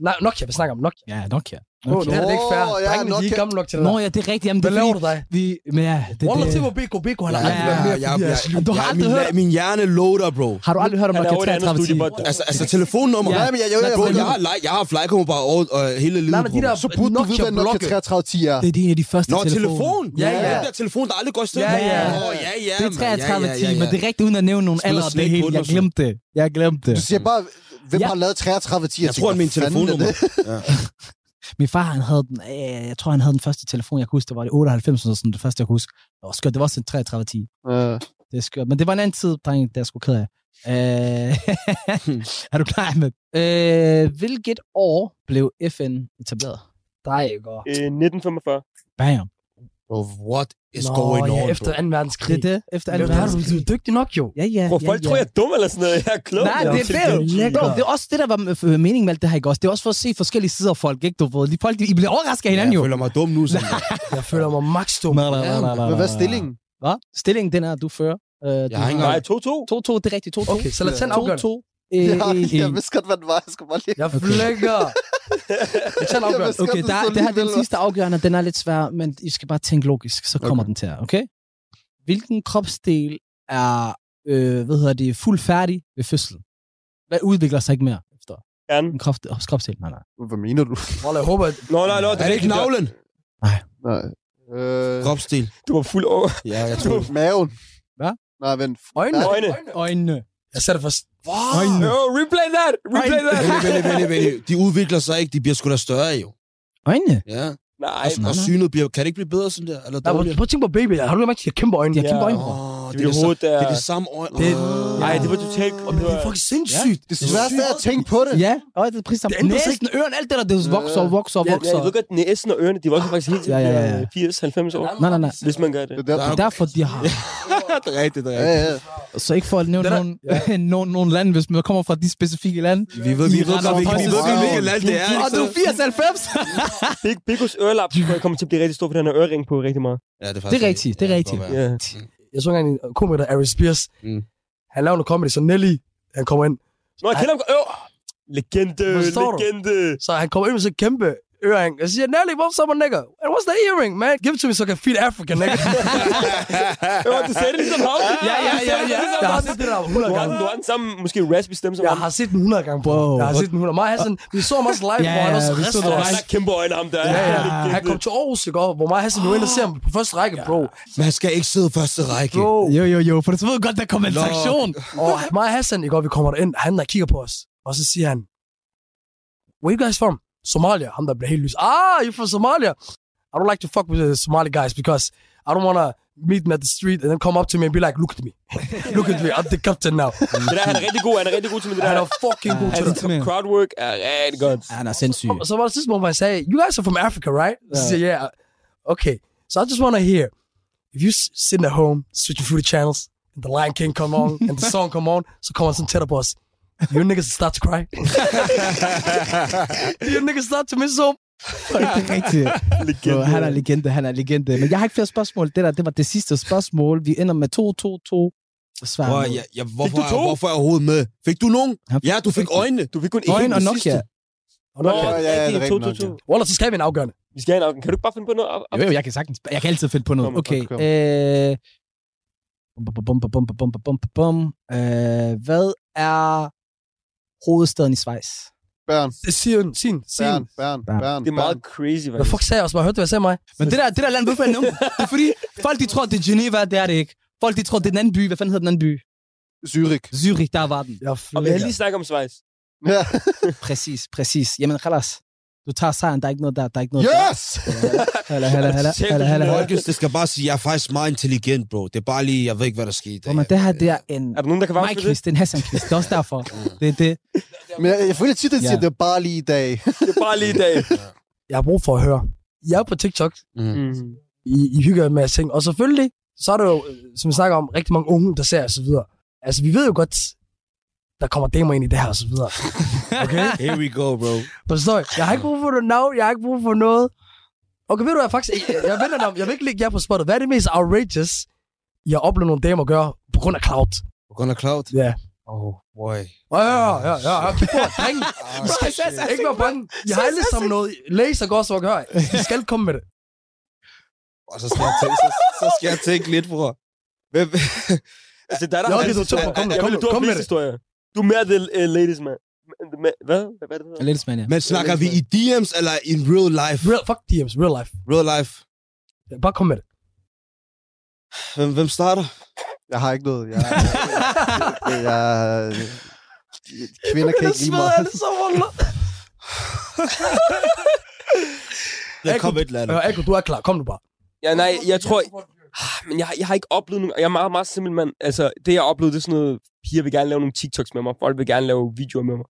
Speaker 5: Nej, Nokia, vi snakker om Nokia.
Speaker 9: Ja, Nokia.
Speaker 5: Åh, okay. det er det ikke fair.
Speaker 8: Åh, ja,
Speaker 5: Drengene, de er
Speaker 8: nok-
Speaker 5: ikke gamle nok til det
Speaker 9: Nå
Speaker 5: der.
Speaker 9: ja, det er rigtigt. Jamen, det
Speaker 5: Hvad
Speaker 9: er
Speaker 5: laver
Speaker 9: fordi,
Speaker 5: du dig?
Speaker 9: Vi, men ja, det, det,
Speaker 5: Wallah til, hvor BK, BK, han har
Speaker 9: Ja,
Speaker 5: aldrig været mere
Speaker 6: jeg,
Speaker 5: fordi,
Speaker 6: jeg,
Speaker 5: jeg
Speaker 6: jeg,
Speaker 9: Du har
Speaker 6: jeg,
Speaker 9: aldrig
Speaker 6: min,
Speaker 9: hørt-
Speaker 6: min hjerne loader, bro.
Speaker 9: har du aldrig hørt om
Speaker 7: Han er
Speaker 9: Nokia
Speaker 7: over i et andet
Speaker 9: 3310?
Speaker 7: studie, but-
Speaker 6: Altså, altså telefonnummer.
Speaker 9: Ja.
Speaker 6: Ja, men jeg, jeg, jeg, jeg, jeg, har, jeg, jeg har flykoma bare over øh, hele livet,
Speaker 5: Nej, men de
Speaker 6: bro.
Speaker 5: der
Speaker 8: Så burde du vide, hvad Nokia
Speaker 5: Nokia-blokke.
Speaker 8: 3310 er.
Speaker 9: Det er en af de første
Speaker 6: Nå,
Speaker 9: telefoner.
Speaker 6: telefon.
Speaker 5: Ja, ja.
Speaker 6: Den der telefon, der aldrig går i stykker.
Speaker 5: Ja, ja.
Speaker 6: Åh, ja, ja.
Speaker 9: Det er
Speaker 6: mand. Ja, ja,
Speaker 9: 33
Speaker 6: ja, ja.
Speaker 9: timer. Det er rigtigt, uden at nævne nogen alder.
Speaker 6: Spiller
Speaker 9: og Det
Speaker 6: Snake
Speaker 9: hele. Jeg
Speaker 6: Wonderson.
Speaker 9: glemte det. Jeg glemte
Speaker 8: Du
Speaker 9: det.
Speaker 8: siger bare, hvem
Speaker 9: Ja.
Speaker 8: har lavet 3310?
Speaker 6: Jeg tror, at min telefonnummer.
Speaker 9: Min far, han havde den, øh, jeg tror, han havde den første telefon, jeg kan huske. Det var det 98, eller sådan det første, jeg kan huske. Det var skørt. Det var også en 33 10. Det er skørt. Men det var en anden tid, dreng, der jeg sgu ked af. Øh, er du klar, med? Øh, hvilket år blev FN etableret? Dig, ikke?
Speaker 7: Øh, 1945.
Speaker 9: Bam.
Speaker 6: Bro, what is going
Speaker 5: ja,
Speaker 6: on,
Speaker 5: efter
Speaker 6: bro?
Speaker 5: 2.
Speaker 9: Det
Speaker 5: verdenskrig.
Speaker 9: er det, efter
Speaker 5: Hvem
Speaker 9: anden
Speaker 5: er du? Du
Speaker 9: verdenskrig.
Speaker 5: er dygtig nok, jo.
Speaker 9: Ja, ja,
Speaker 7: Bro,
Speaker 9: ja,
Speaker 7: folk
Speaker 9: ja.
Speaker 7: tror, jeg er dum eller sådan noget. Jeg er klog.
Speaker 9: Nej, det er fedt. Bro, det er også det, der var øh, meningen med alt det her, ikke også? Det er også for at se forskellige sider af folk, ikke? Du ved, de folk, de, I bliver overrasket af
Speaker 6: Ja,
Speaker 9: hinanden,
Speaker 6: jeg
Speaker 9: jo.
Speaker 6: føler mig dum nu, sådan der.
Speaker 5: Jeg føler mig max dum.
Speaker 9: Nej, nej, nej, nej, nej,
Speaker 8: Men hvad er
Speaker 9: nej.
Speaker 8: stillingen?
Speaker 9: Hvad? Stillingen, den er, du fører. Øh,
Speaker 6: Jeg har ikke engang...
Speaker 7: Nej,
Speaker 9: 2-2,
Speaker 7: 2-2.
Speaker 9: det er rigtigt. 2-2.
Speaker 5: Okay, så lad os tage en afgørende.
Speaker 9: 2-2. Øh,
Speaker 8: Jeg,
Speaker 9: øh, øh.
Speaker 8: jeg vidste godt, hvad den var. Jeg skal bare lige...
Speaker 5: Jeg flækker. Jeg tager en
Speaker 8: Jeg
Speaker 5: afgørelse.
Speaker 8: vidste
Speaker 9: Okay,
Speaker 8: godt,
Speaker 9: der,
Speaker 8: stod
Speaker 9: det her
Speaker 8: lige
Speaker 9: den
Speaker 8: ved.
Speaker 9: sidste afgørende, den er lidt svær, men I skal bare tænke logisk, så kommer den til jer, okay? Hvilken kropsdel er, øh, hvad hedder det, fuld færdig ved fødslen? Hvad udvikler sig ikke mere efter
Speaker 7: Gerne.
Speaker 9: en krop, oh, kropsdel? Nej, nej.
Speaker 8: Hvad mener du?
Speaker 5: Wallah, jeg håber, at
Speaker 7: Nå, nej, nej.
Speaker 6: Er det ikke navlen?
Speaker 8: Nej. Øh,
Speaker 6: Kropstil.
Speaker 7: Du var fuld over.
Speaker 6: Ja, jeg tror...
Speaker 8: maven.
Speaker 9: Hvad?
Speaker 8: Nej, vent.
Speaker 5: øjnene.
Speaker 8: Nej.
Speaker 7: Øjne.
Speaker 9: Øjnene.
Speaker 5: Jeg ser det først. Ah.
Speaker 7: Øjne. Oh, replay that. Replay that.
Speaker 6: Vælge, vælge, vælge, vælge. De udvikler sig ikke, de bliver sgu da større, jo.
Speaker 9: Øjnene?
Speaker 6: Ja.
Speaker 7: Nej,
Speaker 6: Og synet bliver... Kan det ikke blive bedre sådan der? Eller
Speaker 5: Nej, prøv
Speaker 6: dårligere?
Speaker 5: prøv at tænke på baby. Har du lagt mærke til, at jeg kæmper øjne?
Speaker 9: De har kæmpe
Speaker 7: Ja.
Speaker 9: øjne.
Speaker 6: Åh,
Speaker 7: det
Speaker 6: det er
Speaker 7: er
Speaker 6: det samme-
Speaker 7: hovedet der.
Speaker 6: det er det samme øje.
Speaker 5: Det-
Speaker 6: Åh.
Speaker 7: Nej, det var totalt...
Speaker 5: Men det er fucking sindssygt. Det er
Speaker 8: Det
Speaker 5: svært.
Speaker 8: værste er at tænke på det.
Speaker 9: Ja, og det er præcis
Speaker 5: Det ændrer sig
Speaker 9: Næsten, øren, alt det der, det vokser og vokser og
Speaker 7: Ja,
Speaker 9: vokser.
Speaker 7: jeg ved godt, næsen og ørerne, de vokser faktisk helt til
Speaker 9: Ja, ja, ja, ja.
Speaker 7: 80-90 år.
Speaker 9: Nej, nej, nej.
Speaker 7: Hvis man gør det.
Speaker 8: Det er der,
Speaker 9: Det er derfor, de har...
Speaker 6: det er rigtigt, det er
Speaker 8: Ja,
Speaker 6: rigtigt.
Speaker 8: ja.
Speaker 9: Så ikke for at nævne
Speaker 5: Det der-
Speaker 9: nogen, nogen, nogen lande, hvis man kommer fra de specifikke lande.
Speaker 6: Vi ved, vi
Speaker 9: I
Speaker 6: ved,
Speaker 9: render
Speaker 6: godt, hvilket-
Speaker 9: og
Speaker 6: vi ved,
Speaker 9: presser-
Speaker 6: hvilket land det er.
Speaker 9: Og
Speaker 6: ikke
Speaker 9: du
Speaker 6: så?
Speaker 9: er 94!
Speaker 7: Big, Bigos ørelap tror jeg kommer til at blive rigtig stor, fordi han har ørering på rigtig meget.
Speaker 6: Ja, det er
Speaker 9: Det
Speaker 6: faktisk
Speaker 9: er rigtigt, det er
Speaker 6: Ja,
Speaker 9: rigtigt.
Speaker 6: godt være.
Speaker 7: Ja.
Speaker 5: Jeg så engang en komiker, der er Ari Spears.
Speaker 6: Mm.
Speaker 5: Han laver noget comedy, så Nelly, han kommer ind.
Speaker 7: Nå, jeg kender ham... Øv! Legende,
Speaker 5: Forstår du?
Speaker 7: legende.
Speaker 5: Så han kommer ind med sådan en kæmpe øring. Jeg siger, Nelly, hvorfor så man nigger? And what's that earring, man? Give it to me, so I can feed Africa, nigga.
Speaker 7: Øv, du sagde det ligesom ham.
Speaker 5: ja, ja, ja, ja. Jeg har
Speaker 7: Du ligesom
Speaker 5: set det der 100
Speaker 7: har
Speaker 5: gange.
Speaker 7: den- du har den samme, måske raspy stemme som
Speaker 5: Jeg
Speaker 7: ham.
Speaker 5: har set den 100 gange, bro.
Speaker 9: Wow.
Speaker 5: Jeg har set den 100. Mig og Hassan, vi så ham også live,
Speaker 9: Ja,
Speaker 5: hvor han
Speaker 9: ja,
Speaker 5: også
Speaker 9: vi så
Speaker 5: ristede
Speaker 9: det
Speaker 5: os.
Speaker 7: Han har kæmpe øjne ham der.
Speaker 5: Ja, ja.
Speaker 7: Legende.
Speaker 5: Han kom til Aarhus i går, hvor mig og Hassan blev ind og ser ham på første række, bro.
Speaker 6: Man skal ikke sidde første række.
Speaker 5: Bro.
Speaker 9: Jo, jo, jo, for du ved godt, der kommer en
Speaker 6: Nå.
Speaker 9: sanktion.
Speaker 5: Og mig og Hassan, i går, vi kommer derind, han der kigger på os, og så siger han, Where you guys from? Somalia. Ham der bliver helt lys. Ah, you from Somalia? I don't like to fuck with the Somali guys, because I don't wanna meet them at the street, and then come up to me and be like, look at me. look at me, I'm the captain now.
Speaker 7: Det der, han er rigtig god. Han er rigtig god til det der.
Speaker 5: Han er fucking god til
Speaker 7: Hans
Speaker 5: det.
Speaker 9: Ja.
Speaker 7: crowdwork er rigtig godt.
Speaker 9: Ja, Han er sindssyg.
Speaker 5: Og så var der sidste moment, hvor jeg sagde, you guys are from Africa, right? Så
Speaker 9: Ja.
Speaker 5: siger jeg, yeah. Okay, so I just want to hear, if you s- sitting at home, switching through the channels, and the Lion King come on, and the song come on, så kommer han sådan tættere på os. You niggas start to cry. you niggas start to miss home.
Speaker 9: Det er rigtigt. Bro, han er legende, han er legende. Men jeg har ikke flere spørgsmål. Det der, det var det sidste spørgsmål. Vi ender med 2-2-2. Svært.
Speaker 6: Hvor,
Speaker 9: Oh,
Speaker 6: ja, ja, hvorfor,
Speaker 7: to?
Speaker 6: er, hvorfor er jeg overhovedet med? Fik du nogen?
Speaker 9: Han
Speaker 6: Ja, du fik øjnene.
Speaker 7: Du fik kun én.
Speaker 9: Øjen og
Speaker 7: den
Speaker 9: Nokia.
Speaker 7: sidste.
Speaker 5: Og
Speaker 7: Nå,
Speaker 5: nok,
Speaker 7: ja,
Speaker 5: ja.
Speaker 8: ja,
Speaker 7: ja,
Speaker 8: det er
Speaker 7: det
Speaker 8: rigtigt nok,
Speaker 7: er
Speaker 8: ja.
Speaker 5: Wallah, så skal vi en afgørende.
Speaker 7: Vi skal have en aften. Kan du ikke bare finde på noget?
Speaker 9: Jo, jo, jeg kan sagtens. Jeg kan altid finde på noget.
Speaker 7: Kom,
Speaker 9: Okay.
Speaker 8: kom.
Speaker 9: Øh, bum, bum, bum, bum, bum, bum, bum, bum. Øh, hvad er hovedstaden i Schweiz?
Speaker 8: Bern,
Speaker 5: Sin, sin, sin.
Speaker 8: Bern, Bern,
Speaker 9: Bern.
Speaker 8: Bern.
Speaker 7: Det er meget crazy,
Speaker 5: Hvad fuck sagde jeg også? Man hørte, hvad jeg sagde mig.
Speaker 9: Men det der, det der land, hvorfor jeg nævnte det? Det er fordi, folk de tror, det er Geneva, det er det ikke. Folk de tror, det er den anden by. Hvad fanden hedder den anden by?
Speaker 8: Zürich.
Speaker 9: Zürich, der var den.
Speaker 5: Jeg
Speaker 7: Og vi har
Speaker 5: flækker.
Speaker 7: lige snakket om Schweiz.
Speaker 8: Ja.
Speaker 9: Præcis, præcis. Jamen, Khalas, du tager sejren. Der er ikke noget der, der er ikke noget
Speaker 8: Yes!
Speaker 9: der. Halla, halla, halla,
Speaker 7: Totalt
Speaker 9: halla, halla. halla.
Speaker 6: Folkens, det skal bare sige, jeg er faktisk meget intelligent, bro. Det er bare lige, jeg ved ikke, hvad der skete.
Speaker 9: Bro, men det her, det er en
Speaker 7: Er der nogen, der kan være
Speaker 9: mig quiz, det er en Hassan quiz. Det er også derfor. Det er det.
Speaker 8: Men jeg, jeg føler tit, at
Speaker 9: Ja.
Speaker 8: yeah. siger, det er bare lige i dag.
Speaker 7: Det er bare lige i dag.
Speaker 5: Jeg har brug for at høre. Jeg er på TikTok.
Speaker 7: Mm.
Speaker 5: I, I hygger jer med jeres ting. Og selvfølgelig, så er der jo, øh, som vi snakker om, rigtig mange unge, der ser og så videre. Altså, vi ved jo godt, der kommer demoer ind i det her, og så videre. Okay?
Speaker 6: Here we go, bro.
Speaker 5: Forstår I? Jeg har ikke brug for noget navn, jeg har ikke brug for noget. Okay, ved du hvad, faktisk, jeg, jeg vender dig om, jeg vil ikke lægge jer på spottet. Hvad er det mest outrageous, jeg har oplevet nogle damer gøre på grund af cloud?
Speaker 6: På grund af Cloud?
Speaker 5: Ja.
Speaker 6: Oh, boy. Ah,
Speaker 5: Ja, ja, ja, ja, ja. Kig på, dreng. I skal ikke være bange. I har alle sammen noget. Læs og gå også, hør. I skal komme med det.
Speaker 6: Og så skal jeg tænke, så, så skal jeg tænke lidt, bror. Hvem,
Speaker 7: Altså, der er der...
Speaker 5: Ja, okay, du er tømmer. Kom nu,
Speaker 7: Jeg
Speaker 5: kom
Speaker 7: ved,
Speaker 5: nu,
Speaker 7: du har
Speaker 5: kom med
Speaker 7: flest
Speaker 5: det.
Speaker 7: historier. Du er mere the uh, ladies, man. The ma- Hvad? Hvad er det, det, hedder?
Speaker 9: Lidt smand, ja.
Speaker 6: Men snakker vi i DM's eller in real life?
Speaker 5: Real, fuck DM's, real life.
Speaker 6: Real life.
Speaker 5: Ja, Bare kom med det.
Speaker 6: Hvem, hvem starter?
Speaker 8: Jeg har ikke noget. Jeg, jeg, jeg, kvinder kan ikke lide mig.
Speaker 5: så voldelig.
Speaker 6: Der
Speaker 5: Jeg
Speaker 6: kom
Speaker 5: kunne-
Speaker 6: et eller andet.
Speaker 5: Ja, Eko, du er klar. Kom nu bare.
Speaker 7: Ja, nej, jeg tror... Ah, Men jeg, jeg har ikke oplevet nogen... Jeg er meget, meget simpel, mand. Altså, det jeg oplevede, det er sådan noget... Piger vil gerne lave nogle TikToks med mig. Folk vil gerne lave videoer med mig.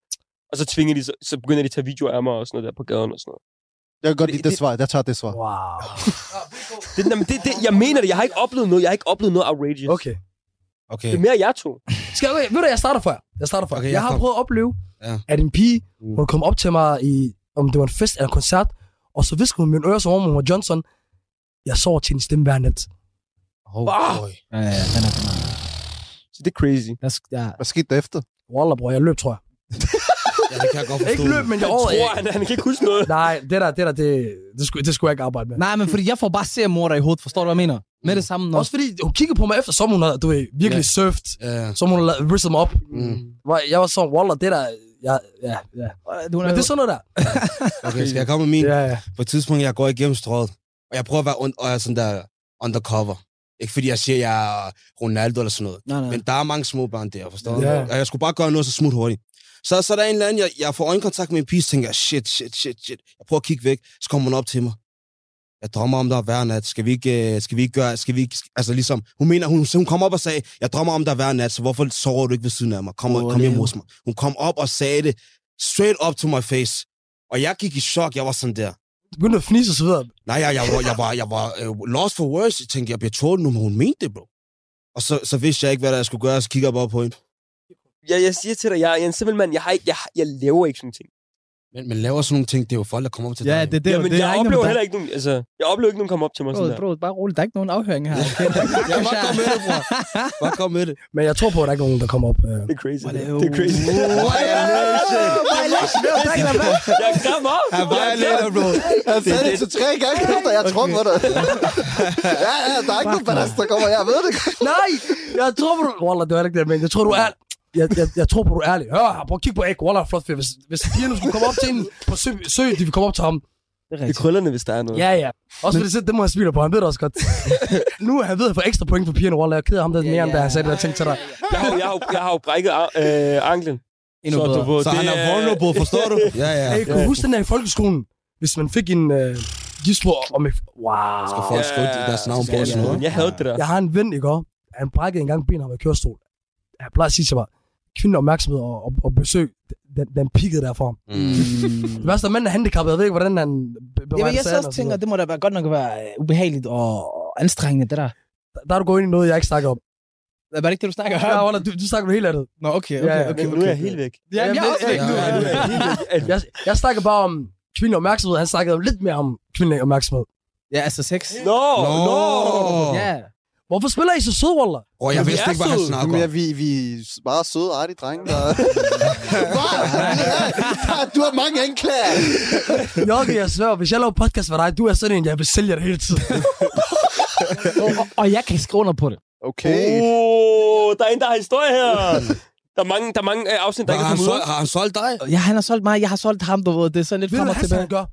Speaker 7: Og så tvinger de... Så, så begynder de at tage videoer af mig og sådan noget der på gaden og sådan noget.
Speaker 8: Jeg kan godt lide det svar. Jeg tager det svar.
Speaker 5: Wow.
Speaker 7: Det, nej, men det, det, jeg mener det. Jeg har ikke oplevet noget. Jeg har ikke oplevet noget outrageous.
Speaker 5: Okay.
Speaker 6: Okay.
Speaker 7: Det er mere jer to.
Speaker 5: Skal jeg, okay, ved du, jeg starter for jer. Jeg starter for jer.
Speaker 6: Okay,
Speaker 5: Okay,
Speaker 6: jeg
Speaker 5: jeg, jeg har
Speaker 6: kom.
Speaker 5: prøvet at opleve,
Speaker 6: Ja.
Speaker 5: ja. at en pige,
Speaker 6: Mm.
Speaker 5: hun kom op til mig i, om det var en fest eller en koncert, og så viskede hun i mine ører, som om hun var Johnson. Jeg sover til en stemme hver nat.
Speaker 6: Oh, boy.
Speaker 9: Ja, ja, den er, den er.
Speaker 7: Ah, Så det er crazy.
Speaker 9: Der sk- ja.
Speaker 8: Hvad skete der efter?
Speaker 5: Wallah, bror, jeg løb, tror jeg.
Speaker 6: Ja, det kan jeg godt forstå.
Speaker 5: Ikke løb, men jeg
Speaker 7: Jeg
Speaker 5: over.
Speaker 7: tror, han, han kan ikke huske noget.
Speaker 5: Nej, det der, det der, det, det, skulle, det skulle jeg ikke arbejde med.
Speaker 9: Nej, men fordi jeg får bare seriemorder i hovedet, forstår du, hvad jeg mener? Med det samme, når
Speaker 5: Også fordi hun kiggede på mig efter, som hun havde, du ved, virkelig yeah. surft.
Speaker 6: Ja.
Speaker 5: Som hun havde ridset mig op.
Speaker 6: Mm.
Speaker 5: Hvor Jeg var sådan, Wallah, det der, ja, ja, ja.
Speaker 9: du
Speaker 5: Men det er sådan noget der.
Speaker 6: Okay, skal jeg komme med min?
Speaker 5: Ja, ja.
Speaker 6: På et tidspunkt, jeg går igennem strået, og jeg prøver at være und, og jeg er sådan der undercover. Ikke fordi jeg siger, jeg er Ronaldo eller sådan noget.
Speaker 9: Nej, nej.
Speaker 6: Men der er mange små børn der, forstår du?
Speaker 5: Ja.
Speaker 6: Og jeg skulle bare gøre noget, så smut hurtigt. Så, så er der en eller anden, jeg, jeg får øjenkontakt med en pige, så tænker jeg, shit, shit, shit, shit. Jeg prøver at kigge væk, så kommer hun op til mig. Jeg drømmer om dig hver nat. Skal vi ikke, øh, skal vi ikke gøre, skal vi ikke, altså ligesom, hun mener, hun, hun kom op og sagde, jeg drømmer om dig hver nat, så hvorfor sover du ikke ved siden af mig? Kom, oh, kom hjem hos mig. Hun kom op og sagde det straight up to my face. Og jeg gik i chok, jeg var sådan der.
Speaker 5: Begyndte at fnise og så videre.
Speaker 6: Nej, jeg, jeg var, jeg var, jeg var øh, lost for words. Jeg tænkte, jeg bliver tålet nu, men hun mente det, bro. Og så, så vidste jeg ikke, hvad der jeg skulle gøre, så kigger jeg bare på hende.
Speaker 7: Jeg, jeg siger til dig, jeg, jeg er en simpel mand. Jeg, har, ikke- jeg, jeg laver ikke sådan nogle ting.
Speaker 6: Men man laver sådan nogle ting, det er jo folk, der kommer op til
Speaker 9: Ja,
Speaker 6: dig.
Speaker 9: det, det,
Speaker 7: Jamen,
Speaker 9: det
Speaker 7: jeg
Speaker 9: er
Speaker 7: oplever
Speaker 9: noget,
Speaker 7: heller ikke nogen... Altså, jeg oplever ikke nogen komme op til mig sådan
Speaker 9: Bro,
Speaker 7: der.
Speaker 9: bro, bare rolig. Der er ikke nogen afhøring her. Okay?
Speaker 6: Ja, bare kom med det, bror. Bare kom med det.
Speaker 5: Men jeg tror på, at der er ikke nogen, der kommer op. Øh.
Speaker 7: Det er crazy. Det, det er crazy.
Speaker 6: Violation!
Speaker 7: Jeg krammer op.
Speaker 6: Han violator, bro.
Speaker 8: Jeg sagde det til tre gange efter, jeg tror på det. ja, ja, der er ikke nogen ballast, der kommer. Jeg ved det godt.
Speaker 5: Nej, jeg tror på du... Wallah, det var heller ikke det, men jeg tror, du er... Jeg, jeg, jeg tror på, du er ærlig. Hør her, prøv at kigge på Ek. Wallah, flot fyr. Hvis, hvis pigerne skulle komme op til hende på sø, sø, de vil komme op til ham.
Speaker 7: Det er krøllerne, hvis der er noget.
Speaker 5: Ja, ja. Også fordi det, det må han smile på. Han ved det også godt. nu er han ved at få ekstra point for pigerne. Wallah, jeg keder ham der mere, end da han sagde det der ting til dig.
Speaker 7: Jeg har, jo- jeg har, jo- jeg har jo brækket øh, anklen.
Speaker 9: Endnu bedre.
Speaker 7: ved,
Speaker 6: Så han er vulnerable, forstår du? Ja, ja.
Speaker 5: Hey, kunne du huske den der i folkeskolen? Hvis man fik en øh, gidslur om... Wow.
Speaker 6: Skal folk skrive deres navn på og sådan noget?
Speaker 7: Jeg havde det der.
Speaker 5: Jeg har en ven, ikke også? Han brækkede engang benet ham i kørestol. Han plejer at sige til mig, kvindelig opmærksomhed og, og, og besøg, den, den pikkede der for ham.
Speaker 9: Mm.
Speaker 5: Det værste er, at manden er handicappet. Jeg ved ikke, hvordan han be- bevarer
Speaker 9: Jamen, jeg
Speaker 5: sig
Speaker 9: så
Speaker 5: af
Speaker 9: også
Speaker 5: og sådan
Speaker 9: tænker, det må da være godt nok være øh, ubehageligt og og anstrengende, det der.
Speaker 5: noget. Der er du gået ind i noget, jeg ikke snakker om.
Speaker 9: Er det ikke det, du snakker
Speaker 5: Ja, Walla, du, du snakker noget helt andet.
Speaker 9: Nå, okay,
Speaker 5: Ja,
Speaker 9: okay,
Speaker 5: ja.
Speaker 9: okay.
Speaker 7: Men nu er jeg helt væk.
Speaker 9: Jamen, jeg er også væk nu.
Speaker 6: ja, ja.
Speaker 5: Jeg, jeg snakker bare om kvindelig opmærksomhed. Han snakkede om lidt mere om kvindelig opmærksomhed.
Speaker 9: Ja, altså sex.
Speaker 7: Nå,
Speaker 6: Nå!
Speaker 7: nå.
Speaker 9: Ja.
Speaker 5: Hvorfor spiller I så sød, Walla?
Speaker 6: Og jeg
Speaker 7: Men vi
Speaker 6: vidste
Speaker 7: er
Speaker 6: ikke, hvad han
Speaker 7: søde.
Speaker 6: snakker
Speaker 8: Jamen,
Speaker 6: om.
Speaker 8: ja, vi, vi er bare søde, artige drenge. Der... Bare, ja, du har mange anklager.
Speaker 5: Jokke, jeg svær, hvis jeg laver podcast for dig, du er sådan en, jeg vil sælge dig hele tiden.
Speaker 9: Og, og, og jeg kan skrive under på det.
Speaker 8: Okay.
Speaker 7: Åh, der er en, der har historie her. Der er mange, der er mange øh, afsnit, der
Speaker 6: Har
Speaker 7: ikke er
Speaker 6: han,
Speaker 7: kommet ud.
Speaker 6: solgt, har han solgt dig?
Speaker 9: Ja, han har solgt mig, jeg har solgt ham, du ved. Det er sådan lidt
Speaker 5: Ved du,
Speaker 9: frem
Speaker 5: hvad
Speaker 9: og
Speaker 5: Hassan
Speaker 9: tilbage.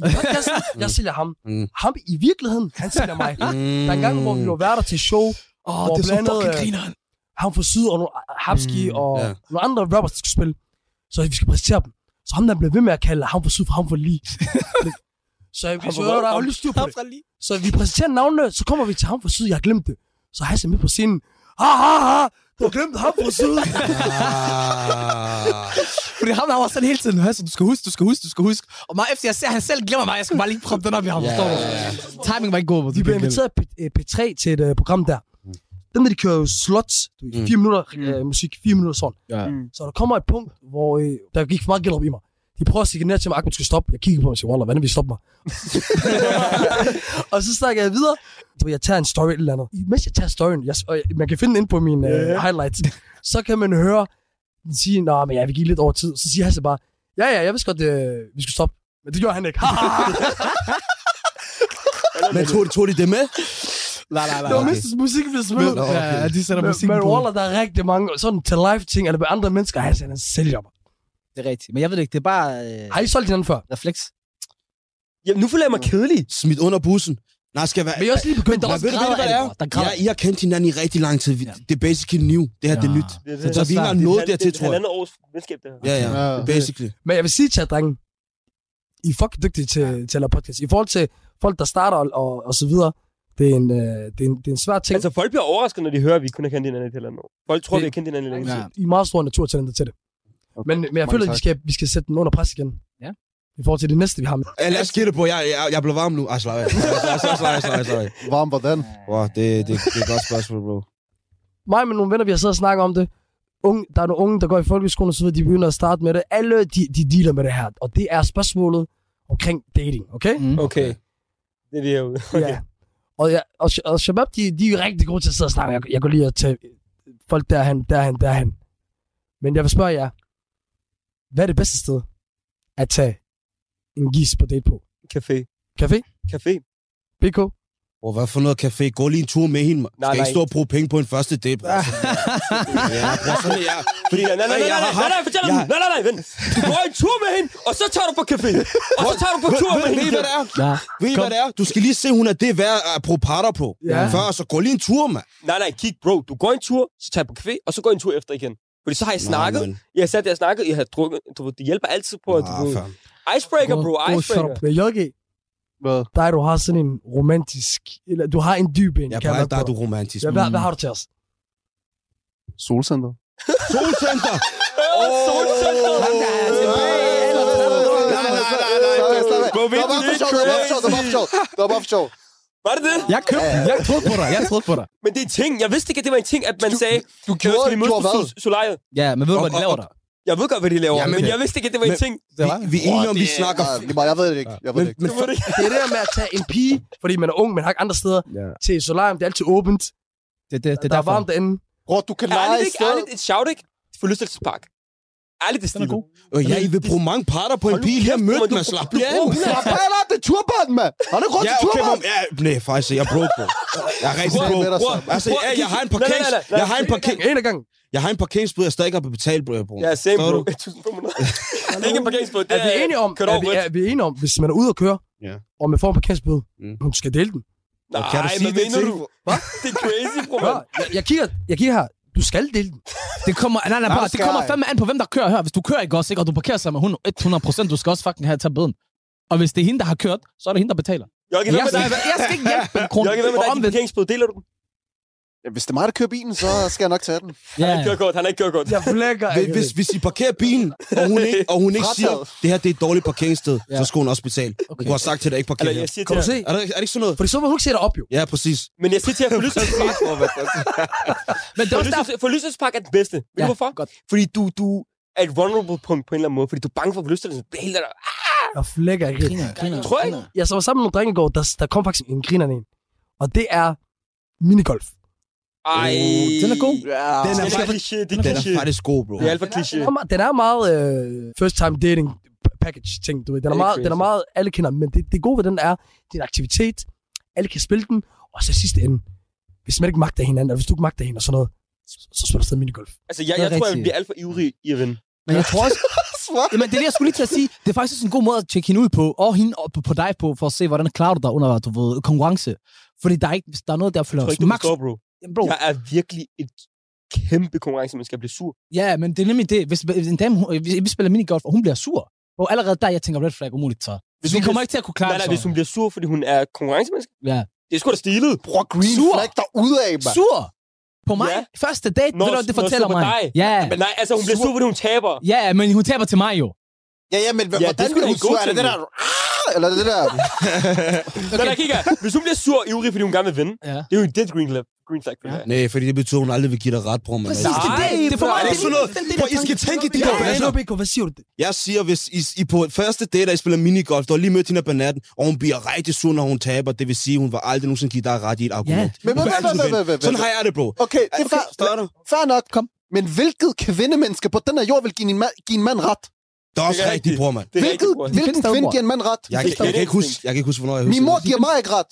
Speaker 5: gør? I podcasten, jeg sælger ham.
Speaker 6: Mm.
Speaker 5: Ham i virkeligheden, han sælger mig. Der er en gang, hvor vi var værter til show,
Speaker 9: Mm. Åh,
Speaker 5: Hvor
Speaker 9: det er så
Speaker 5: blandet,
Speaker 9: fucking
Speaker 5: øh,
Speaker 9: grineren.
Speaker 5: ham fra Syd og nogle Habski
Speaker 9: Mm,
Speaker 5: mm, og
Speaker 6: ja.
Speaker 5: nogle andre rappers, der skulle spille. Så vi skal præsentere dem. Så ham der blev ved med at kalde ham fra Syd for ham for lige. så jeg,
Speaker 7: Ham
Speaker 5: så
Speaker 7: fra
Speaker 5: jeg,
Speaker 7: hvor?
Speaker 5: der er lige styr på det. Så vi præsenterer navnene, så kommer vi til ham fra Syd, jeg glemte det. Så har jeg med på scenen. Ha ha ha! Du har glemt ham fra Syd!
Speaker 6: Ah.
Speaker 9: Fordi ham der var sådan hele tiden, Hassan, du skal huske, du skal huske, du skal huske. Og meget efter, jeg ser, at han selv glemmer mig, jeg skal bare lige proppe den op i ham, forstår du? Timing var ikke god, bro.
Speaker 5: vi blev inviteret af P- øh, P3 til et øh, program der. Den der, de kører jo slots, du ved,
Speaker 6: Mm.
Speaker 5: fire minutter øh, musik, fire minutter sådan.
Speaker 9: Ja.
Speaker 5: Så der kommer et punkt, hvor øh, der gik for meget gæld op i mig. De prøver at signalere til mig, at skal stoppe. Jeg kigger på mig og siger, Wallah, hvordan vil I stoppe mig? og så snakker jeg videre. Du ved, jeg tager en story eller andet. Mens jeg tager storyen, jeg, og jeg- man kan finde den inde på mine øh, highlights, så kan man høre, sige, nej, men jeg vil give lidt over tid. Så siger Hasse bare, ja, ja, jeg vidste godt, øh, vi skulle stoppe. Men det gjorde han ikke.
Speaker 6: Men tog, de- tog de det med?
Speaker 9: Nej, nej,
Speaker 5: det var
Speaker 9: nej.
Speaker 5: mistet musikken blev smidt.
Speaker 6: Nå, okay.
Speaker 9: Ja, de sætter
Speaker 5: Men,
Speaker 9: musik
Speaker 5: men
Speaker 9: på.
Speaker 5: Waller, der er rigtig mange sådan til live ting, eller med andre mennesker. Hasse, han er sælger. mig.
Speaker 9: Det er rigtigt. Men jeg ved det ikke, det er bare øh,
Speaker 5: Har I solgt hinanden før?
Speaker 9: refleks.
Speaker 7: Jamen, nu føler jeg mig kedelig.
Speaker 6: Smidt under bussen? Nej, skal jeg være...
Speaker 5: Men jeg er også lige begyndt
Speaker 6: Men
Speaker 5: at
Speaker 6: ved du, hvad det er?
Speaker 9: alvor. Der er grader.
Speaker 6: Ja, I har kendt hinanden i rigtig lang tid. Vi- Det er basically new. Det her, det er nyt.
Speaker 7: Det er
Speaker 6: Så vi ikke engang nået dertil, tror jeg.
Speaker 7: Halvandet års venskab, det her.
Speaker 6: Ja, ja.
Speaker 8: Ja.
Speaker 6: Basically.
Speaker 5: Men jeg vil sige til jer, drenge, I er fucking dygtige til, til at lave podcast. I forhold til folk, der starter og, og, og så videre, det er en, øh, det er en, det er en svær ting.
Speaker 7: Altså, folk bliver overrasket, når de hører, at vi kun har kendt hinanden i et halvandet år. Folk tror,
Speaker 5: Det-
Speaker 7: vi har kendt hinanden i længe tid.
Speaker 5: I er meget store naturtalenter til det.
Speaker 8: Okay.
Speaker 5: Men, men jeg
Speaker 8: Mange
Speaker 5: føler, at vi
Speaker 8: tak.
Speaker 5: skal, vi skal sætte den under pres igen.
Speaker 9: Ja.
Speaker 5: I forhold til det næste, vi har med.
Speaker 6: Ja, lad os skille på. Jeg, jeg, jeg blev varm nu. Ej, slap af. Slap, slap, slap, slap, slap af.
Speaker 8: Varm hvordan?
Speaker 6: Wow, det, det, det er et godt spørgsmål, bro.
Speaker 5: Mig med nogle venner, vi har siddet og snakket om det. Unge, der er nogle unge, der går i folkeskolen og så videre, de begynder at starte med det. Alle, de, de dealer med det her. Og det er spørgsmålet omkring dating, okay?
Speaker 9: Mm.
Speaker 7: Okay. Det er det herude.
Speaker 5: Okay. Ja. Og, ja, og, sh- og Shabab, de, de er rigtig gode til at sidde og snakke. Jeg, jeg går lige at tage folk derhen, derhen, derhen. Men jeg vil spørge jer, hvad er det bedste sted at tage en gis på date på?
Speaker 7: Café.
Speaker 5: Café?
Speaker 7: Café.
Speaker 5: BK?
Speaker 6: Bro, hvad for noget café? Gå lige en tur med hende, man.
Speaker 7: Nej,
Speaker 6: Skal ikke
Speaker 7: nej.
Speaker 6: stå og bruge penge på en første date, bro. Ja, bro, sådan er jeg. Fordi,
Speaker 7: Nej, nej, nej, nej,
Speaker 6: jeg har
Speaker 7: nej, nej,
Speaker 6: haft-
Speaker 7: nej, fortæl dem.
Speaker 6: jeg-
Speaker 7: Nej, nej, nej, vent. Du går en tur med hende, og så tager du på café. Og så tager du på tur med
Speaker 6: Ved I,
Speaker 7: hende.
Speaker 6: hvad det er?
Speaker 9: Ja.
Speaker 6: Ved I, hvad det er? Du skal lige se, hun er det værd at bruge parter på.
Speaker 5: Ja.
Speaker 6: Før, så gå lige en tur, mand.
Speaker 7: Nej, nej, kig, bro. Du går en tur, så tager jeg på café, og så går jeg en tur efter igen. Fordi så har jeg snakket.
Speaker 6: Nå, men-
Speaker 7: Jeg har sat der og snakket. Jeg har drukket. Du ved, det hjælper altid på, at du
Speaker 6: Ah,
Speaker 7: ved.
Speaker 6: fam.
Speaker 7: Icebreaker, bro.
Speaker 5: God
Speaker 7: Icebreaker.
Speaker 5: shot. Men JG,
Speaker 8: Hvad?
Speaker 5: dig, du har sådan en romantisk... Eller, du har en dyb en.
Speaker 6: Ja,
Speaker 5: kan
Speaker 6: bare
Speaker 5: mærke
Speaker 6: der er
Speaker 5: på
Speaker 6: du
Speaker 5: dig.
Speaker 6: romantisk.
Speaker 5: Ja, hvad, hvad har du til os?
Speaker 8: Solcenter.
Speaker 6: Solcenter!
Speaker 7: Åh, solcenter.
Speaker 8: Nej, nej, nej, nej, nej.
Speaker 7: Gå
Speaker 8: Det
Speaker 7: vidt
Speaker 8: var bare for
Speaker 7: lidt
Speaker 8: sjov, det var bare for sjov, det var bare for sjov. Det var bare for sjov.
Speaker 7: Var det det?
Speaker 9: Jeg købte den. Jeg troede på dig. Jeg troede på dig.
Speaker 7: Men det er en ting. Jeg vidste ikke, at det var en ting, at man sagde,
Speaker 8: Du
Speaker 7: "Øh,
Speaker 8: gjorde,
Speaker 7: skal vi
Speaker 8: du
Speaker 7: mødes
Speaker 8: gjorde
Speaker 7: på
Speaker 8: hvad?
Speaker 7: sol- solariet?
Speaker 9: Ja, men ved du, hvad de
Speaker 6: Og-
Speaker 9: laver
Speaker 6: og-
Speaker 9: der?
Speaker 7: Jeg ved godt, hvad de laver,
Speaker 6: Jamen,
Speaker 7: men
Speaker 6: det-
Speaker 7: jeg vidste ikke, at det var en
Speaker 6: men-
Speaker 7: ting.
Speaker 9: Det var
Speaker 6: Vi er enige om, vi snakker...
Speaker 8: Nej, lige meget, jeg ved det ikke. Jeg ved det ikke.
Speaker 6: Men,
Speaker 7: Det var det.
Speaker 5: Det er det der med at tage en pige, fordi man er ung, man har ikke andre steder,
Speaker 6: Ja.
Speaker 5: til et solarium. Det er altid åbent.
Speaker 9: Det, det, det
Speaker 5: der er varmt derinde.
Speaker 8: Bror, du kan lege
Speaker 7: Ærligt
Speaker 8: i
Speaker 7: ikke?
Speaker 8: stedet.
Speaker 7: Ærligt, et shout ikke? Forlystelsespark. Ærligt, det er stilet.
Speaker 6: Øh, ja, I vil bruge mange parter på en
Speaker 7: Hold nu
Speaker 6: pige lige at
Speaker 7: kæft,
Speaker 6: møde,
Speaker 7: men du-
Speaker 6: man slap
Speaker 7: du-
Speaker 6: lige af.
Speaker 7: du-
Speaker 8: Slap af, lad det er turban, mand. Han er rundt
Speaker 6: Ja,
Speaker 8: til
Speaker 6: okay,
Speaker 8: turban.
Speaker 6: mom. Ja, nej, faktisk, jeg er broke, bro. Jeg er rigtig
Speaker 8: Bror,
Speaker 6: broke.
Speaker 8: med dig,
Speaker 7: Bror,
Speaker 8: så.
Speaker 6: Altså,
Speaker 7: bror,
Speaker 6: ja, jeg har en
Speaker 7: nej, nej,
Speaker 6: parkerings...
Speaker 7: nej, nej.
Speaker 6: Jeg har en parker...
Speaker 5: En af gangen.
Speaker 6: Jeg har en parkeringsbøde, jeg stadig ikke har betalt, bro. bro.
Speaker 7: Ja, same
Speaker 6: Forstår
Speaker 7: bro.
Speaker 6: du?
Speaker 7: 1500. Det er ikke en parkeringsbåd. Det
Speaker 5: Er vi enige om,
Speaker 7: Kørt
Speaker 5: er
Speaker 7: over
Speaker 5: vi,
Speaker 7: rødt.
Speaker 5: er vi enige om, hvis man er ude at køre,
Speaker 6: Ja.
Speaker 5: og man får en parkeringsbøde,
Speaker 6: Mm.
Speaker 5: hun skal dele den.
Speaker 7: Nej,
Speaker 6: Kan du sige
Speaker 7: men
Speaker 6: det
Speaker 7: mener
Speaker 6: til?
Speaker 7: du? Det er crazy, bro.
Speaker 5: Hør, jeg, jeg, kigger, jeg kigger her. Du skal dele den.
Speaker 9: Det kommer, nej, nej, bare, det
Speaker 8: skal
Speaker 9: kommer
Speaker 8: jeg.
Speaker 9: fandme an på, hvem der kører her. Hvis du kører ikke også, ikke, og du parkerer sammen med hun 100 procent, du skal også fucking have taget bøden. Og hvis det er hende, der har kørt, så er det hende, der betaler.
Speaker 7: Jokke, hvad
Speaker 9: jeg,
Speaker 7: med
Speaker 9: skal,
Speaker 7: dig?
Speaker 9: ikke- jeg skal ikke hjælpe med en krone.
Speaker 7: Jokke, hvad med
Speaker 9: Og
Speaker 7: dig? Din
Speaker 9: omvendt-
Speaker 7: parkeringsbåd, deler du den?
Speaker 8: Ja, hvis det er mig, der kører bilen, så skal jeg nok tage den.
Speaker 7: Han
Speaker 9: Ja,
Speaker 7: har ikke kørekort, han har ikke kørekort.
Speaker 5: Jeg flækker.
Speaker 6: Hvis, hvis, hvis I parkerer bilen, og hun ikke, og hun ikke siger,
Speaker 8: Frataget.
Speaker 6: det her det er et dårligt parkeringssted, så skal hun også betale. Hun kunne have sagt til dig, ikke parkere
Speaker 7: Eller
Speaker 6: her.
Speaker 7: jeg siger til
Speaker 5: Kan du
Speaker 7: jer,
Speaker 5: se?
Speaker 6: Er det, er det ikke sådan noget?
Speaker 5: Fordi så vil hun ikke se dig op, jo.
Speaker 6: Ja, præcis.
Speaker 7: men jeg siger til jer, forlystelsespark,
Speaker 9: men det er også derfor,
Speaker 7: forlystelses- forlystelsespark er den bedste. Ved du
Speaker 9: Ja,
Speaker 7: hvorfor?
Speaker 9: godt.
Speaker 7: Fordi du, du er et vulnerable punkt på en eller anden måde, fordi du er bange for forlystelsen. Det hele der.
Speaker 5: Jeg flækker ikke.
Speaker 9: Griner, griner,
Speaker 7: Tror jeg
Speaker 9: griner.
Speaker 7: ikke.
Speaker 5: Jeg så var sammen med nogle drenge i går, der, der kom faktisk en griner en. Og det er minigolf.
Speaker 7: Ej.
Speaker 9: den er god.
Speaker 8: Ja.
Speaker 6: Den
Speaker 7: Den
Speaker 6: er,
Speaker 7: er
Speaker 6: faktisk,
Speaker 7: kliché, det er
Speaker 6: den er
Speaker 7: kliché.
Speaker 6: faktisk god, bro.
Speaker 7: Det er alt for kliché.
Speaker 5: Den er- Den er meget øh, first time dating package ting, du ved. Den
Speaker 7: Det
Speaker 5: er,
Speaker 7: er
Speaker 5: meget,
Speaker 7: crazy.
Speaker 5: den er meget, alle kender, den, men det, det gode ved den er, det er en aktivitet, alle kan spille den, og så i sidste ende, hvis man ikke magter hinanden, eller hvis du ikke magter hende og sådan noget, så, så spiller du stadig minigolf.
Speaker 7: Altså, jeg,
Speaker 9: Det er
Speaker 7: jeg tror, jeg
Speaker 9: rigtigt.
Speaker 7: bliver alt for ivrig i at vinde.
Speaker 9: Men jeg tror også... Jamen, det er det, jeg skulle lige til at sige. Det er faktisk også en god måde at tjekke hende ud på, og hende op på dig på, for at se, hvordan klarer du dig under du ved, konkurrence. Fordi der er, ikke, hvis der er noget, der
Speaker 7: Jeg
Speaker 9: følger
Speaker 7: tror ikke, du
Speaker 9: max.
Speaker 7: forstår, bro.
Speaker 9: Jamen, bro,
Speaker 7: Jeg er virkelig et kæmpe konkurrence, man skal blive sur.
Speaker 9: Ja, men det er nemlig det. Hvis hvis en dame, hun, hvis vi spiller minigolf, og hun bliver sur, og allerede der, jeg tænker, red flag umuligt så. Hvis
Speaker 7: Hvis
Speaker 9: vi
Speaker 7: hun
Speaker 9: kommer
Speaker 7: bliver-
Speaker 9: ikke til at kunne klare
Speaker 7: Nej, nej,
Speaker 9: det
Speaker 7: hvis hun bliver sur, fordi hun er konkurrencemenneske.
Speaker 9: Ja.
Speaker 7: Det er sgu da stilet.
Speaker 8: Bror, green
Speaker 9: Sur.
Speaker 8: flag derude af, mand.
Speaker 9: Sur! På mig?
Speaker 7: Ja.
Speaker 9: Første date?
Speaker 7: Nå,
Speaker 9: Ved du, hvad det
Speaker 7: nå,
Speaker 9: fortæller
Speaker 7: sur på
Speaker 9: mig?
Speaker 7: dig.
Speaker 9: Ja.
Speaker 7: Men nej, altså, hun bliver sur, fordi hun taber.
Speaker 9: Ja, men hun taber til mig jo.
Speaker 8: Ja, ja, men
Speaker 7: Ja, det
Speaker 8: hvordan
Speaker 7: skulle
Speaker 8: bliver
Speaker 7: da
Speaker 8: hun
Speaker 7: en god
Speaker 8: sur? Er det
Speaker 7: ting,
Speaker 8: det der... "Ah!" Eller det der...
Speaker 7: Okay. Nej, nej, kigger. Hvis hun bliver sur og ivrig, fordi hun gerne vil vinde,
Speaker 9: Ja.
Speaker 7: det er jo en dead green flag. Green flag for ja.
Speaker 6: Nej, fordi det betyder, hun aldrig vil give dig ret, bror. Man.
Speaker 9: Præcis, det er det. Det er for mig.
Speaker 6: Er det
Speaker 9: det
Speaker 6: ikke sådan noget?
Speaker 9: det er det,
Speaker 6: Prøv,
Speaker 9: der
Speaker 6: I skal tænke i de der
Speaker 5: Hvad
Speaker 6: baner.
Speaker 5: så, BK? Hvad siger du?
Speaker 6: Jeg siger, hvis I, I på første date, der I spiller minigolf, du har lige mødt hende på natten, og hun bliver rigtig sur, når hun taber. Det vil sige, hun var aldrig nogensinde give dig ret i et argument.
Speaker 9: Ja.
Speaker 6: Hun
Speaker 8: Men
Speaker 6: vil
Speaker 8: hvad, hvad,
Speaker 6: altid
Speaker 8: hvad,
Speaker 6: vinde.
Speaker 8: hvad, hvad, hvad?
Speaker 6: Sådan har jeg det, bro.
Speaker 8: Okay, det er
Speaker 6: Okay,
Speaker 8: fair,
Speaker 6: starter.
Speaker 8: fair nok.
Speaker 9: Kom.
Speaker 8: Men hvilket kvindemenneske på den her jord vil give en, ma- give en mand ret?
Speaker 6: Det er også
Speaker 7: Det er
Speaker 6: rigtigt,
Speaker 7: rigtigt.
Speaker 6: bror, mand.
Speaker 7: Det er
Speaker 8: Hvilket,
Speaker 7: rigtigt, bror.
Speaker 8: hvilken
Speaker 9: findes
Speaker 8: kvinde
Speaker 9: derude,
Speaker 8: giver en mand ret?
Speaker 6: Jeg, jeg, jeg, kan ikke huske, jeg kan ikke huske, hvornår jeg
Speaker 8: Min
Speaker 6: husker
Speaker 8: mor giver mig ikke ret.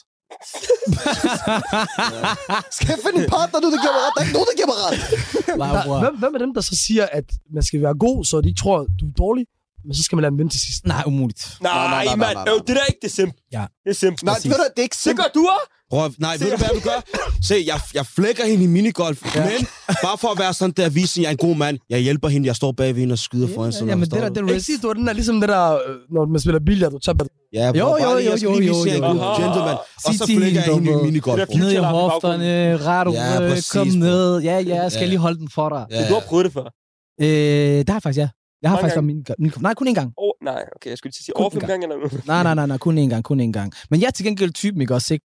Speaker 8: Skal jeg finde en partner nu, der giver mig ret? Der er ikke nogen, der giver mig ret.
Speaker 9: Wow,
Speaker 5: Der, hvem, hvem er dem, der så siger, at man skal være god, så de ikke tror, du er dårlig, men så skal man lade dem vinde til sidst?
Speaker 9: Nej, umuligt.
Speaker 7: Nej,
Speaker 8: nej, nej,
Speaker 7: mand.
Speaker 8: nej, nej.
Speaker 7: Øv, Det der er ikke det er simp.
Speaker 9: Ja.
Speaker 7: Det er simp.
Speaker 8: Nej, ved du, det er ikke
Speaker 7: Det
Speaker 8: simpelt.
Speaker 7: gør du også.
Speaker 6: Bror, nej, ved du, hvad jeg vil gøre? Se, jeg, jeg flækker hende i minigolf, ja. men bare for at være sådan der, vise hende, jeg er en god mand. Jeg hjælper hende, jeg står bag ved hende og skyder foran sådan
Speaker 9: Ja, men det
Speaker 6: noget. forstår
Speaker 9: der, det
Speaker 6: du?
Speaker 9: er
Speaker 5: Jeg
Speaker 9: risk.
Speaker 5: ikke sige, du er den der, ligesom det der, øh, når man spiller billiard, du taber.
Speaker 6: Ja, bror,
Speaker 9: Jo,
Speaker 6: bare
Speaker 9: jo,
Speaker 6: lige, jeg
Speaker 9: jo,
Speaker 6: skal
Speaker 9: jo,
Speaker 6: lige vise
Speaker 9: jo,
Speaker 6: hende, jeg er en
Speaker 7: jo.
Speaker 6: god gentleman. Og så
Speaker 9: Sig til
Speaker 6: flækker jeg
Speaker 9: hende,
Speaker 6: hende i
Speaker 9: dumbo.
Speaker 6: minigolf,
Speaker 7: Det der
Speaker 6: bror.
Speaker 9: Ned i
Speaker 7: Future-alarm i
Speaker 9: hofterne, ret
Speaker 6: Ja,
Speaker 9: ud,
Speaker 6: præcis,
Speaker 9: kom
Speaker 6: bro.
Speaker 9: ned. Ja, ja, jeg skal
Speaker 6: Ja.
Speaker 9: lige holde den for dig.
Speaker 6: Ja,
Speaker 7: Du
Speaker 6: ja.
Speaker 7: har prøvet det før.
Speaker 9: Øh, det har jeg faktisk, ja. Jeg har
Speaker 7: Mange
Speaker 9: faktisk min, min, Nej, kun én gang.
Speaker 7: Oh, nej, okay, jeg skulle lige til at sige over fem
Speaker 9: Kun-
Speaker 7: gange eller noget.
Speaker 9: Nej, nej, nej, nej, kun én gang, kun én gang. Men jeg er til gengæld typen, ikke også, ikke?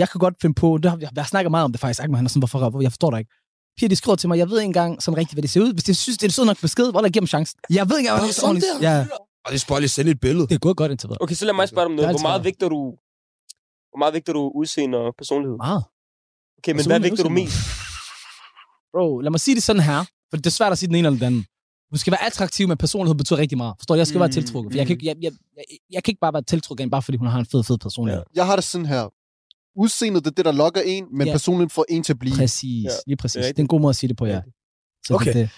Speaker 9: Jeg kan godt finde på, det har, jeg, jeg snakker meget om det faktisk, Ahmed, han er sådan, hvorfor, hvorfor, jeg forstår dig ikke. Piger, de skriver til mig, jeg ved ikke engang sådan rigtigt, hvad det ser ud. Hvis de synes, det er en sød nok besked, hvor der giver dem chancen. Jeg ved ikke engang,
Speaker 6: Nå,
Speaker 9: hvad det er
Speaker 6: sådan
Speaker 9: ordentligt. Ja,
Speaker 6: Og det er bare lige sende et billede.
Speaker 9: det er gået godt indtil videre.
Speaker 7: Okay, så lad mig spørge dig om noget.
Speaker 9: Det er
Speaker 7: Hvor meget
Speaker 9: altid-
Speaker 7: vægter du... Hvor meget vægter du udseende og personlighed?
Speaker 9: Meget.
Speaker 7: Okay, men
Speaker 9: Altså,
Speaker 7: hvad
Speaker 9: uden
Speaker 7: vægter du
Speaker 9: udseende.
Speaker 7: mest?
Speaker 9: Bro, lad mig sige det sådan her, for det er svært at sige den ene eller den anden. Du skal være attraktiv, men personlighed betyder rigtig meget. Forstår du? Jeg skal mm, være
Speaker 7: Mm,
Speaker 9: tiltrukket. For jeg, kan,
Speaker 7: mm.
Speaker 9: ikke- jeg, jeg, jeg, jeg, kan ikke bare være tiltrukket af en, bare fordi hun har en fed, fed personlighed. Ja.
Speaker 8: Jeg har det sådan her. Udseendet det er det, der lokker en, men
Speaker 9: Ja.
Speaker 8: personen får en til at blive.
Speaker 9: Præcis. Ja.
Speaker 7: Ja,
Speaker 9: Lige præcis.
Speaker 7: det er
Speaker 9: Det er,
Speaker 7: rigtigt.
Speaker 9: en god måde at sige det på, ja. Så det er
Speaker 5: Okay.
Speaker 9: det.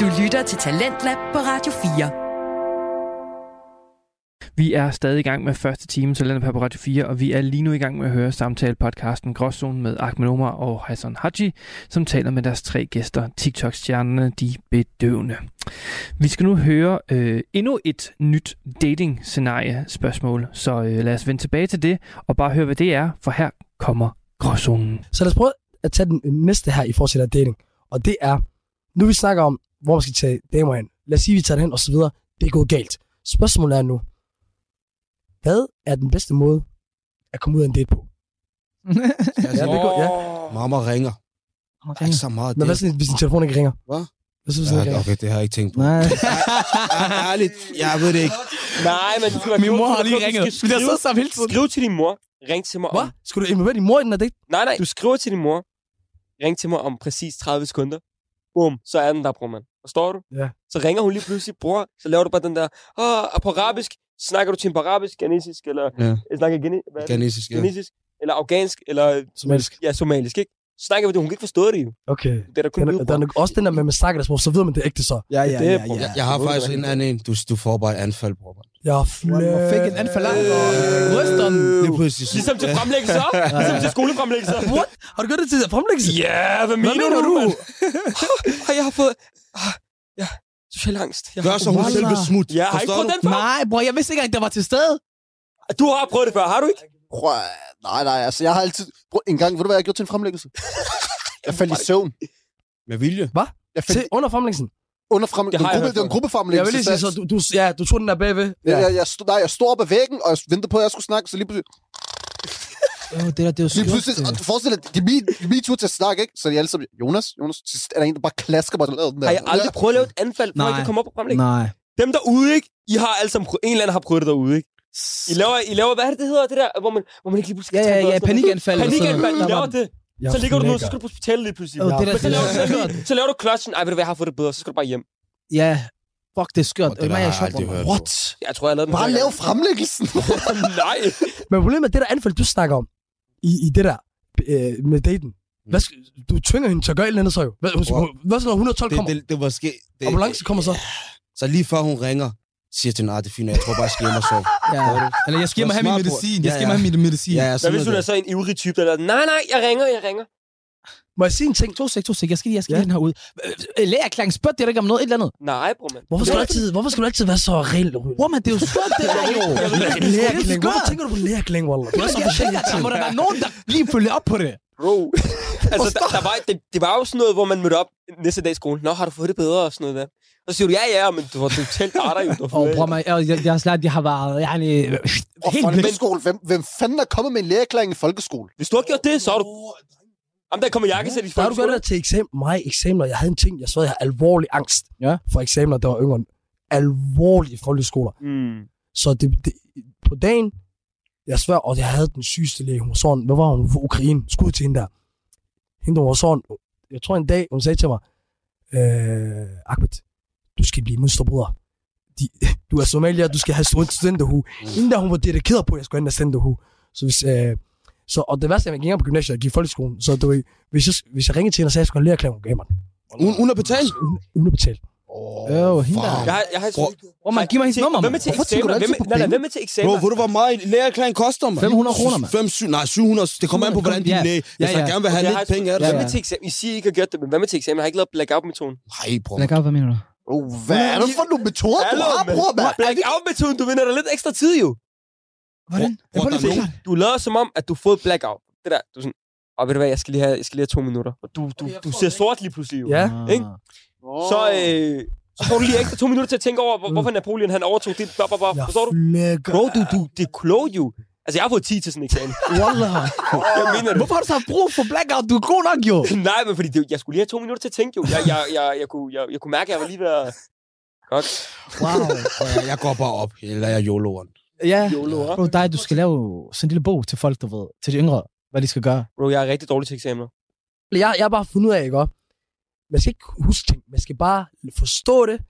Speaker 2: Du lytter til Talentlab på Radio 4.
Speaker 3: Vi er stadig i gang med første time til Landet på Radio 4, og vi er lige nu i gang med at høre samtale-podcasten Gråzonen med Ahmed Omar og Hassan Haji, som taler med deres tre gæster, TikTok-stjernerne De Bedøvende. Vi skal nu høre øh, endnu et nyt dating-scenarie-spørgsmål, så øh, lad os vende tilbage til det og bare høre, hvad det er, for her kommer Gråzonen.
Speaker 5: Så lad os prøve at tage den næste her i forhold til det her dating. Og det er, nu vi snakker om, hvor man skal tage damer hen. Lad os sige, vi tager det hen og så videre. Det er gået galt. Spørgsmålet er nu, hvad er den bedste måde at komme ud af en date på? Ja, det går, ja.
Speaker 6: Mamma ringer. Der er ikke så meget
Speaker 5: Men hvad
Speaker 6: det.
Speaker 5: så, hvis din telefon ikke ringer?
Speaker 6: Hvad?
Speaker 5: Hvad så, hvis den ikke
Speaker 6: Ja,
Speaker 5: ringer?
Speaker 6: okay, det har jeg ikke tænkt på.
Speaker 9: Nej.
Speaker 6: Ær- Ærligt, jeg ved det ikke.
Speaker 7: Nej, men du skal være
Speaker 9: Min
Speaker 7: klog,
Speaker 9: mor
Speaker 7: du
Speaker 9: har
Speaker 7: skal
Speaker 9: lige
Speaker 7: være klog,
Speaker 9: ringet.
Speaker 7: du skal
Speaker 9: Vi har
Speaker 7: skrive-
Speaker 9: siddet sammen hele tiden.
Speaker 7: Skriv til din mor. Ring til mig
Speaker 5: Hvad?
Speaker 7: om...
Speaker 5: Skulle du involvere din mor i den her date?
Speaker 7: Nej, nej. Du skriver til din mor. Ring til mig om præcis 30 sekunder. Bum, så er den der, bror, mand. Forstår du?
Speaker 5: Ja.
Speaker 7: Så ringer hun lige pludselig, bror. Så laver du bare den der... Åh, og på arabisk. Snakker du til en på arabisk, ghanesisk, eller...
Speaker 6: Ja.
Speaker 7: Jeg snakker gene- hvad er det?
Speaker 6: Ghanesisk, ja.
Speaker 7: Ghanesisk, eller afghansk, eller...
Speaker 5: Somalisk.
Speaker 7: Ja, somalisk, ikke? Så snakker vi det. Hun kan ikke forstå det, jo.
Speaker 5: Okay.
Speaker 7: Det er der kun
Speaker 5: Den,
Speaker 7: lyde,
Speaker 5: den,
Speaker 7: bror.
Speaker 5: er også den der med, at man snakker deres sprog, så ved man det er ægte så.
Speaker 9: Ja,
Speaker 7: Det er bror.
Speaker 6: Jeg, jeg har
Speaker 7: Det er
Speaker 6: faktisk
Speaker 7: det,
Speaker 6: en anden en. Du, du får bare et anfald, bror.
Speaker 5: Jeg Øh, er
Speaker 9: Man fik en anfald af
Speaker 6: Øh.
Speaker 9: rysteren.
Speaker 6: Lige præcis.
Speaker 7: Ligesom til fremlæggelser. ligesom til skolefremlæggelser. What?
Speaker 5: Har du gjort det til fremlæggelse?
Speaker 7: Ja, yeah, hvad
Speaker 5: Hvad
Speaker 7: mener,
Speaker 5: mener
Speaker 7: du,
Speaker 5: du?
Speaker 7: mand? Ah, jeg har fået... Ah, ja, social angst. Jeg
Speaker 6: Gør så hun selv vil smut.
Speaker 7: Jeg har ikke
Speaker 6: Forstår
Speaker 7: prøvet
Speaker 6: du?
Speaker 7: den før.
Speaker 9: Nej, bror, jeg vidste ikke engang, der var til stede.
Speaker 7: Du har prøvet det før, har du ikke?
Speaker 8: Prøv, at- nej, nej, altså jeg har altid... Prøv, en gang, ved du hvad jeg gjorde til en fremlæggelse? Jeg faldt i søvn.
Speaker 6: Med vilje.
Speaker 8: Jeg faldt
Speaker 5: Til under fremlæggelsen.
Speaker 8: under frem...
Speaker 7: Det
Speaker 8: Det,
Speaker 7: har jeg
Speaker 8: gruppe,
Speaker 7: hørt
Speaker 8: det var en
Speaker 5: Jeg
Speaker 8: gruppefremlæggelse.
Speaker 5: vil lige sige, så du, du, ja, du tog den der bagved.
Speaker 8: jeg, jeg, jeg, stod, nej, jeg stod op ad væggen, og jeg ventede på, at jeg skulle snakke, så lige pludselig...
Speaker 9: Åh, det der, det er jo
Speaker 8: Lige
Speaker 9: skørt,
Speaker 8: pludselig,
Speaker 9: det.
Speaker 8: og du forestiller dig, det er min, det er min tur til at snakke, ikke? Så de alle sammen, Jonas, Jonas, til sidst er der en, der bare klasker mig, der lavede den der.
Speaker 7: Har jeg aldrig prøvet at lave et anfald, før
Speaker 9: Nej.
Speaker 7: jeg kan komme op og fremlægge?
Speaker 9: Nej.
Speaker 7: Dem derude, ikke? I har alle sammen prøvet, en eller anden har prøvet det derude, ikke? I laver, I laver hvad er det, det hedder, det der, hvor man, hvor man ikke lige pludselig
Speaker 9: Ja,
Speaker 7: kan
Speaker 9: ja,
Speaker 7: trække
Speaker 9: ja,
Speaker 7: vejret, sådan
Speaker 9: panikanfald.
Speaker 7: noget.
Speaker 9: og sådan noget.
Speaker 7: Panikanfald, I
Speaker 9: Der var-
Speaker 7: laver det. Så ligger du nu, så skal du på hospitalet lige pludselig.
Speaker 9: Åh, det der,
Speaker 7: Men så
Speaker 9: det
Speaker 7: laver,
Speaker 9: er
Speaker 7: så, laver,
Speaker 9: skørt.
Speaker 7: så laver du klodsen. Ej, ved du hvad, jeg har fået det bedre, så skal du bare hjem.
Speaker 9: Ja, fuck, det er skørt.
Speaker 6: Og det der
Speaker 9: Øh, man,
Speaker 6: har
Speaker 9: jeg er
Speaker 6: jeg aldrig
Speaker 9: sjov,
Speaker 6: hørt,
Speaker 9: bror. What?
Speaker 7: Jeg tror, jeg lavede den.
Speaker 8: Bare
Speaker 7: før,
Speaker 8: lav fremlæggelsen.
Speaker 7: jeg- Nej.
Speaker 5: Men problemet er, det der anfald, du snakker om i, i det der øh, med daten. Hvad skal, du tvinger hende til at gøre et eller andet så jo. Hvad, hun,
Speaker 6: Bror.
Speaker 5: hvad så, når 112
Speaker 6: Det,
Speaker 5: kommer?
Speaker 6: det, det var ske... Det,
Speaker 5: Ambulancen kommer så.
Speaker 6: Så lige før hun ringer, siger til hende, "Ah, det er fint, jeg tror bare, jeg skal hjem og sove.
Speaker 9: Ja. Eller jeg skal hjem og have min
Speaker 6: Smart, bror.
Speaker 9: medicin.
Speaker 6: Ja,
Speaker 9: Jeg skal hjem
Speaker 6: ja.
Speaker 9: og have min medicin.
Speaker 6: Ja, ja,
Speaker 7: Hvad
Speaker 6: sådan
Speaker 7: hvis
Speaker 6: er
Speaker 7: hun
Speaker 6: det.
Speaker 7: er så en ivrig type, der er der, nej, nej, jeg ringer, jeg ringer.
Speaker 5: Må jeg sige en ting?
Speaker 9: To sek, to sek. Jeg skal lige, jeg skal
Speaker 5: Ja.
Speaker 9: lige den her ud. Lægerklæring, øh, spørg det ikke om noget, et eller andet.
Speaker 7: Nej, bror, mand.
Speaker 5: Hvorfor skal, du altid, hvorfor skal du altid være så reelt?
Speaker 9: Bror, man, det er jo skørt, det der jo.
Speaker 5: Lægerklæng. Hvorfor
Speaker 9: skørt.
Speaker 5: tænker du på lægerklæng, Waller? Du er så
Speaker 9: Jeg tænker,
Speaker 5: forskellig
Speaker 9: der
Speaker 5: til.
Speaker 9: må der være nogen, der lige følger op på det.
Speaker 7: Bro. altså, der, der var, det, det, var jo sådan noget, hvor man mødte op næste dag i skolen. Nå, har du fået det bedre og sådan noget der. Og så siger du, ja, ja, men du var totalt arter jo. Du har
Speaker 9: Og
Speaker 7: fået-
Speaker 9: bror, man, jeg, jeg, jeg, har slet, jeg har været... Jeg, jeg,
Speaker 8: Og
Speaker 9: helt væk.
Speaker 8: folkeskole. Hvem, hvem fanden er kommet med en lægeerklæring i folkeskole?
Speaker 7: Hvis du har gjort det, så er du... Jamen, der kommer jakkesæt i
Speaker 5: Der har
Speaker 7: folk.
Speaker 5: du gjort det til eksam mig eksamener. Jeg havde en ting, jeg svarede, jeg havde alvorlig angst
Speaker 9: Ja.
Speaker 5: for eksamener, der var yngre. Alvorlig folkeskoler.
Speaker 7: Mm.
Speaker 5: Så det, det, på dagen, jeg svær, og jeg havde den sygeste læge, hun var sådan, hvad var hun, hun var fra Ukraine, skud til hende der. Hende, hun var sådan, jeg tror en dag, hun sagde til mig, øh, Ahmed, du skal blive mønsterbruder. De, du er somalier, du skal have stud- studenterhue. Inden da hun var dedikeret på, at jeg skulle have en studenterhue. Så hvis, øh, så, og det værste er, at jeg gik ikke engang på gymnasiet, jeg gik i folkeskolen. Så du, ved, hvis, jeg, hvis jeg ringede til hende og sagde, at jeg skulle have en lærerklæring, hun gav mig den.
Speaker 6: Uden, uden at betale?
Speaker 5: Uden at betale.
Speaker 6: Oh,
Speaker 9: Øv, hende der.
Speaker 7: Jeg har, jeg har
Speaker 6: Bro.
Speaker 9: Bro, man, giv mig hendes nummer,
Speaker 7: Hvem
Speaker 9: man.
Speaker 7: er til
Speaker 8: Hvorfor tænker du
Speaker 7: eksamen? Hvem,
Speaker 8: altid på
Speaker 7: nej, nej,
Speaker 8: penge?
Speaker 7: hvem er til eksamen?
Speaker 6: Bro, ved du, hvor meget en lægeerklæring koster, mand?
Speaker 9: 500 kroner, mand.
Speaker 6: 5, 7, nej, 700. Det kommer an på, hvordan din
Speaker 9: Ja.
Speaker 6: læge... Hvis
Speaker 9: Ja,
Speaker 6: han
Speaker 9: ja.
Speaker 6: gerne vil have
Speaker 7: Jeg har
Speaker 6: lidt
Speaker 7: et
Speaker 6: penge, er det
Speaker 7: Hvad
Speaker 6: så?
Speaker 7: med til eksamen? I siger, I ikke har gjort det, men hvad med til eksamen? Jeg har ikke lavet blackout-metoden.
Speaker 6: Nej, bro.
Speaker 9: Blackout, hvad mener du?
Speaker 8: Oh, hvad er det for nogle metoder, du har, bror, mand?
Speaker 7: Blackout-metoden, du vinder dig lidt ekstra tid, jo.
Speaker 9: Hvordan?
Speaker 6: Bro,
Speaker 9: Prøv
Speaker 6: der
Speaker 9: lige
Speaker 6: er
Speaker 9: at
Speaker 6: nogen-
Speaker 9: forklare det.
Speaker 7: Du lader som om, at du har fået blackout. Det der, du er sådan, og ved du hvad, jeg skal lige have, jeg skal lige have to minutter. Og du, du, du ser sort lige pludselig, jo.
Speaker 5: Ja.
Speaker 7: Ikke? Så, øh, så får du lige ekstra to minutter til at tænke over, hvor- hvorfor Napoleon han overtog dit bla, bla, bla.
Speaker 5: Jeg
Speaker 7: Forstår du?
Speaker 5: flækker.
Speaker 7: Bro, du, du, det er klogt jo. Altså, jeg har fået 10 til sådan en eksamen.
Speaker 9: Wallah.
Speaker 7: Jeg mener det.
Speaker 9: Hvorfor har du så haft brug for blackout? Du er god nok, jo.
Speaker 7: Nej, men fordi det, jeg skulle lige have to minutter til at tænke, jo. Jeg, jeg, jeg, jeg, kunne, jeg, jeg kunne mærke, at jeg var lige ved at... Godt.
Speaker 9: Wow.
Speaker 6: Prøv at høre, Jeg går bare op, eller jeg jolo'eren.
Speaker 9: Ja.
Speaker 7: YOLO, hva'?
Speaker 9: Bro, dig, du skal lave sådan en lille bog til folk, du ved. Til de yngre. Hvad de skal gøre.
Speaker 7: Bro, jeg er rigtig dårlig til eksamener.
Speaker 5: jeg, jeg har bare fundet ud af, ikke? også? Man skal ikke huske ting. Man skal bare forstå det.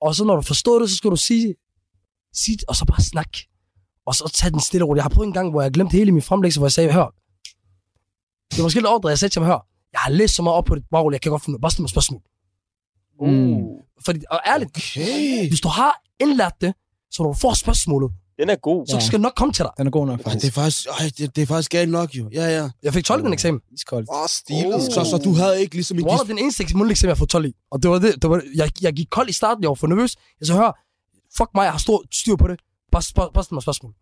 Speaker 5: Og så når du forstår det, så skal du sige, sige det, og så bare snak. Og så tage den stille og roligt. Jeg har prøvet en gang, hvor jeg glemte hele min fremlæggelse, hvor jeg sagde, hør, det var måske lidt overdrevet, jeg sagde til ham, hør, jeg har læst så meget op på det, bare roligt, jeg kan godt finde ud af, bare stille mig spørgsmål.
Speaker 9: Mm.
Speaker 5: Fordi, og ærligt, okay. hvis du har indlært det, så når du får spørgsmålet,
Speaker 7: Den er god.
Speaker 5: så skal det nok komme til dig.
Speaker 9: Den er god nok,
Speaker 6: Ej, det
Speaker 9: faktisk.
Speaker 6: er faktisk, ej, det, det er faktisk galt nok, jo. Ja, ja.
Speaker 5: Jeg fik 12 i den eksamen.
Speaker 9: Iskoldt.
Speaker 8: Åh, stilet.
Speaker 6: Så, så du havde ikke ligesom i
Speaker 5: Det var
Speaker 6: de...
Speaker 5: den eneste mundtlig eksamen, jeg har fået 12 i. Og det var det. det var, jeg, jeg gik kold i starten, jeg var for nervøs. Jeg så hør, fuck mig, jeg har stor styr på det. Bare, spørg, bare stil mig spørgsmål.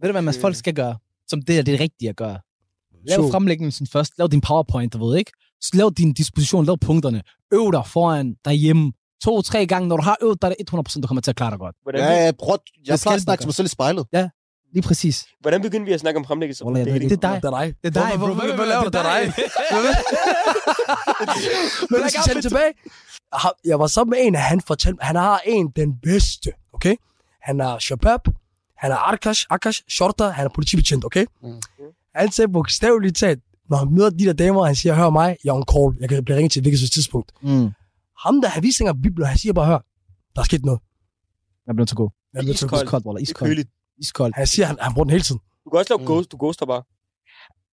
Speaker 9: Ved du, hvad man folk skal gøre? Som det er det rigtige at gøre. Lav
Speaker 5: Så-
Speaker 9: fremlæggelsen først. Lav din powerpoint, du ved ikke. Så lav din disposition, lav punkterne. Øv dig foran derhjemme. To-tre gange, når du har øvet dig, er det 100%, du kommer til at klare dig godt.
Speaker 7: Hvordan,
Speaker 8: Ja, ja, bror, jeg
Speaker 9: Det skal
Speaker 8: plejer at
Speaker 9: du
Speaker 8: snakke
Speaker 9: gøre.
Speaker 8: til mig selv i spejlet.
Speaker 9: Lige præcis.
Speaker 7: hvordan begyndte vi at snakke om fremlæggelse?
Speaker 9: Wallah, jeg ved det ikke. Det er dig.
Speaker 5: Det er dig.
Speaker 9: Det er dig.
Speaker 5: Hvorfor-
Speaker 9: Hvorfor-
Speaker 5: Hvad hvad laver du? Det er dig. Men hvis jeg tager det tilbage. Jeg har- Jeg var sammen med en, og han fortalte mig, han har en den bedste, okay? Han er Shabab, han er Arkash, Akash, Shorter, han er politibetjent, okay? Han sagde bogstaveligt talt, når han møder de der damer, han siger, hør mig, jeg er on call, jeg kan blive ringet til et hvilket som helst tidspunkt.
Speaker 9: Mm.
Speaker 5: ham, der har vist engang Bibelen, han siger bare, hør, der er sket noget.
Speaker 9: Jeg bliver nødt til at gå.
Speaker 5: Jeg bliver til at gå.
Speaker 7: Iskoldt.
Speaker 9: Iskoldt, Waller.
Speaker 7: Det er
Speaker 9: Iskoldt.
Speaker 7: køligt.
Speaker 9: Iskoldt.
Speaker 5: Han siger, han, han bruger den hele tiden.
Speaker 7: Du kan også lave ghost, du ghoster bare.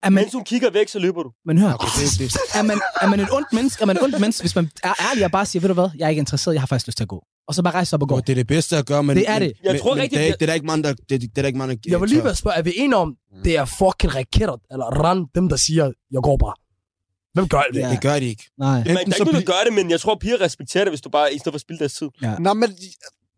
Speaker 9: Er man,
Speaker 7: Mens hun kigger væk, så løber du.
Speaker 9: man hører,
Speaker 6: Okay, det, det.
Speaker 9: er man, er man et ondt menneske? Er man et ondt menneske, hvis man er ærlig og bare siger, ved du hvad, jeg er ikke interesseret, jeg har faktisk lyst til at gå. Og så bare rejse sig op og gå.
Speaker 6: Bro, det er det bedste at gøre, men...
Speaker 9: Det er det.
Speaker 6: Men,
Speaker 7: Jeg tror
Speaker 6: men
Speaker 7: rigtig,
Speaker 6: det, er,
Speaker 7: jeg-
Speaker 6: ikke- det er der ikke mange, der... Det, det er der ikke mange, der...
Speaker 5: Jeg var lige ved at spørge, er vi enige om, det er fucking raketter, eller ran, dem der siger, jeg går bare. Hvem gør det?
Speaker 9: Ja.
Speaker 6: Det gør de ikke.
Speaker 9: Nej.
Speaker 7: Men der er
Speaker 6: Enten så
Speaker 7: ikke noget,
Speaker 6: bliver...
Speaker 7: der gør det, men jeg tror, piger respekterer det, hvis du bare, i stedet for at spilde deres tid.
Speaker 8: Nej, men...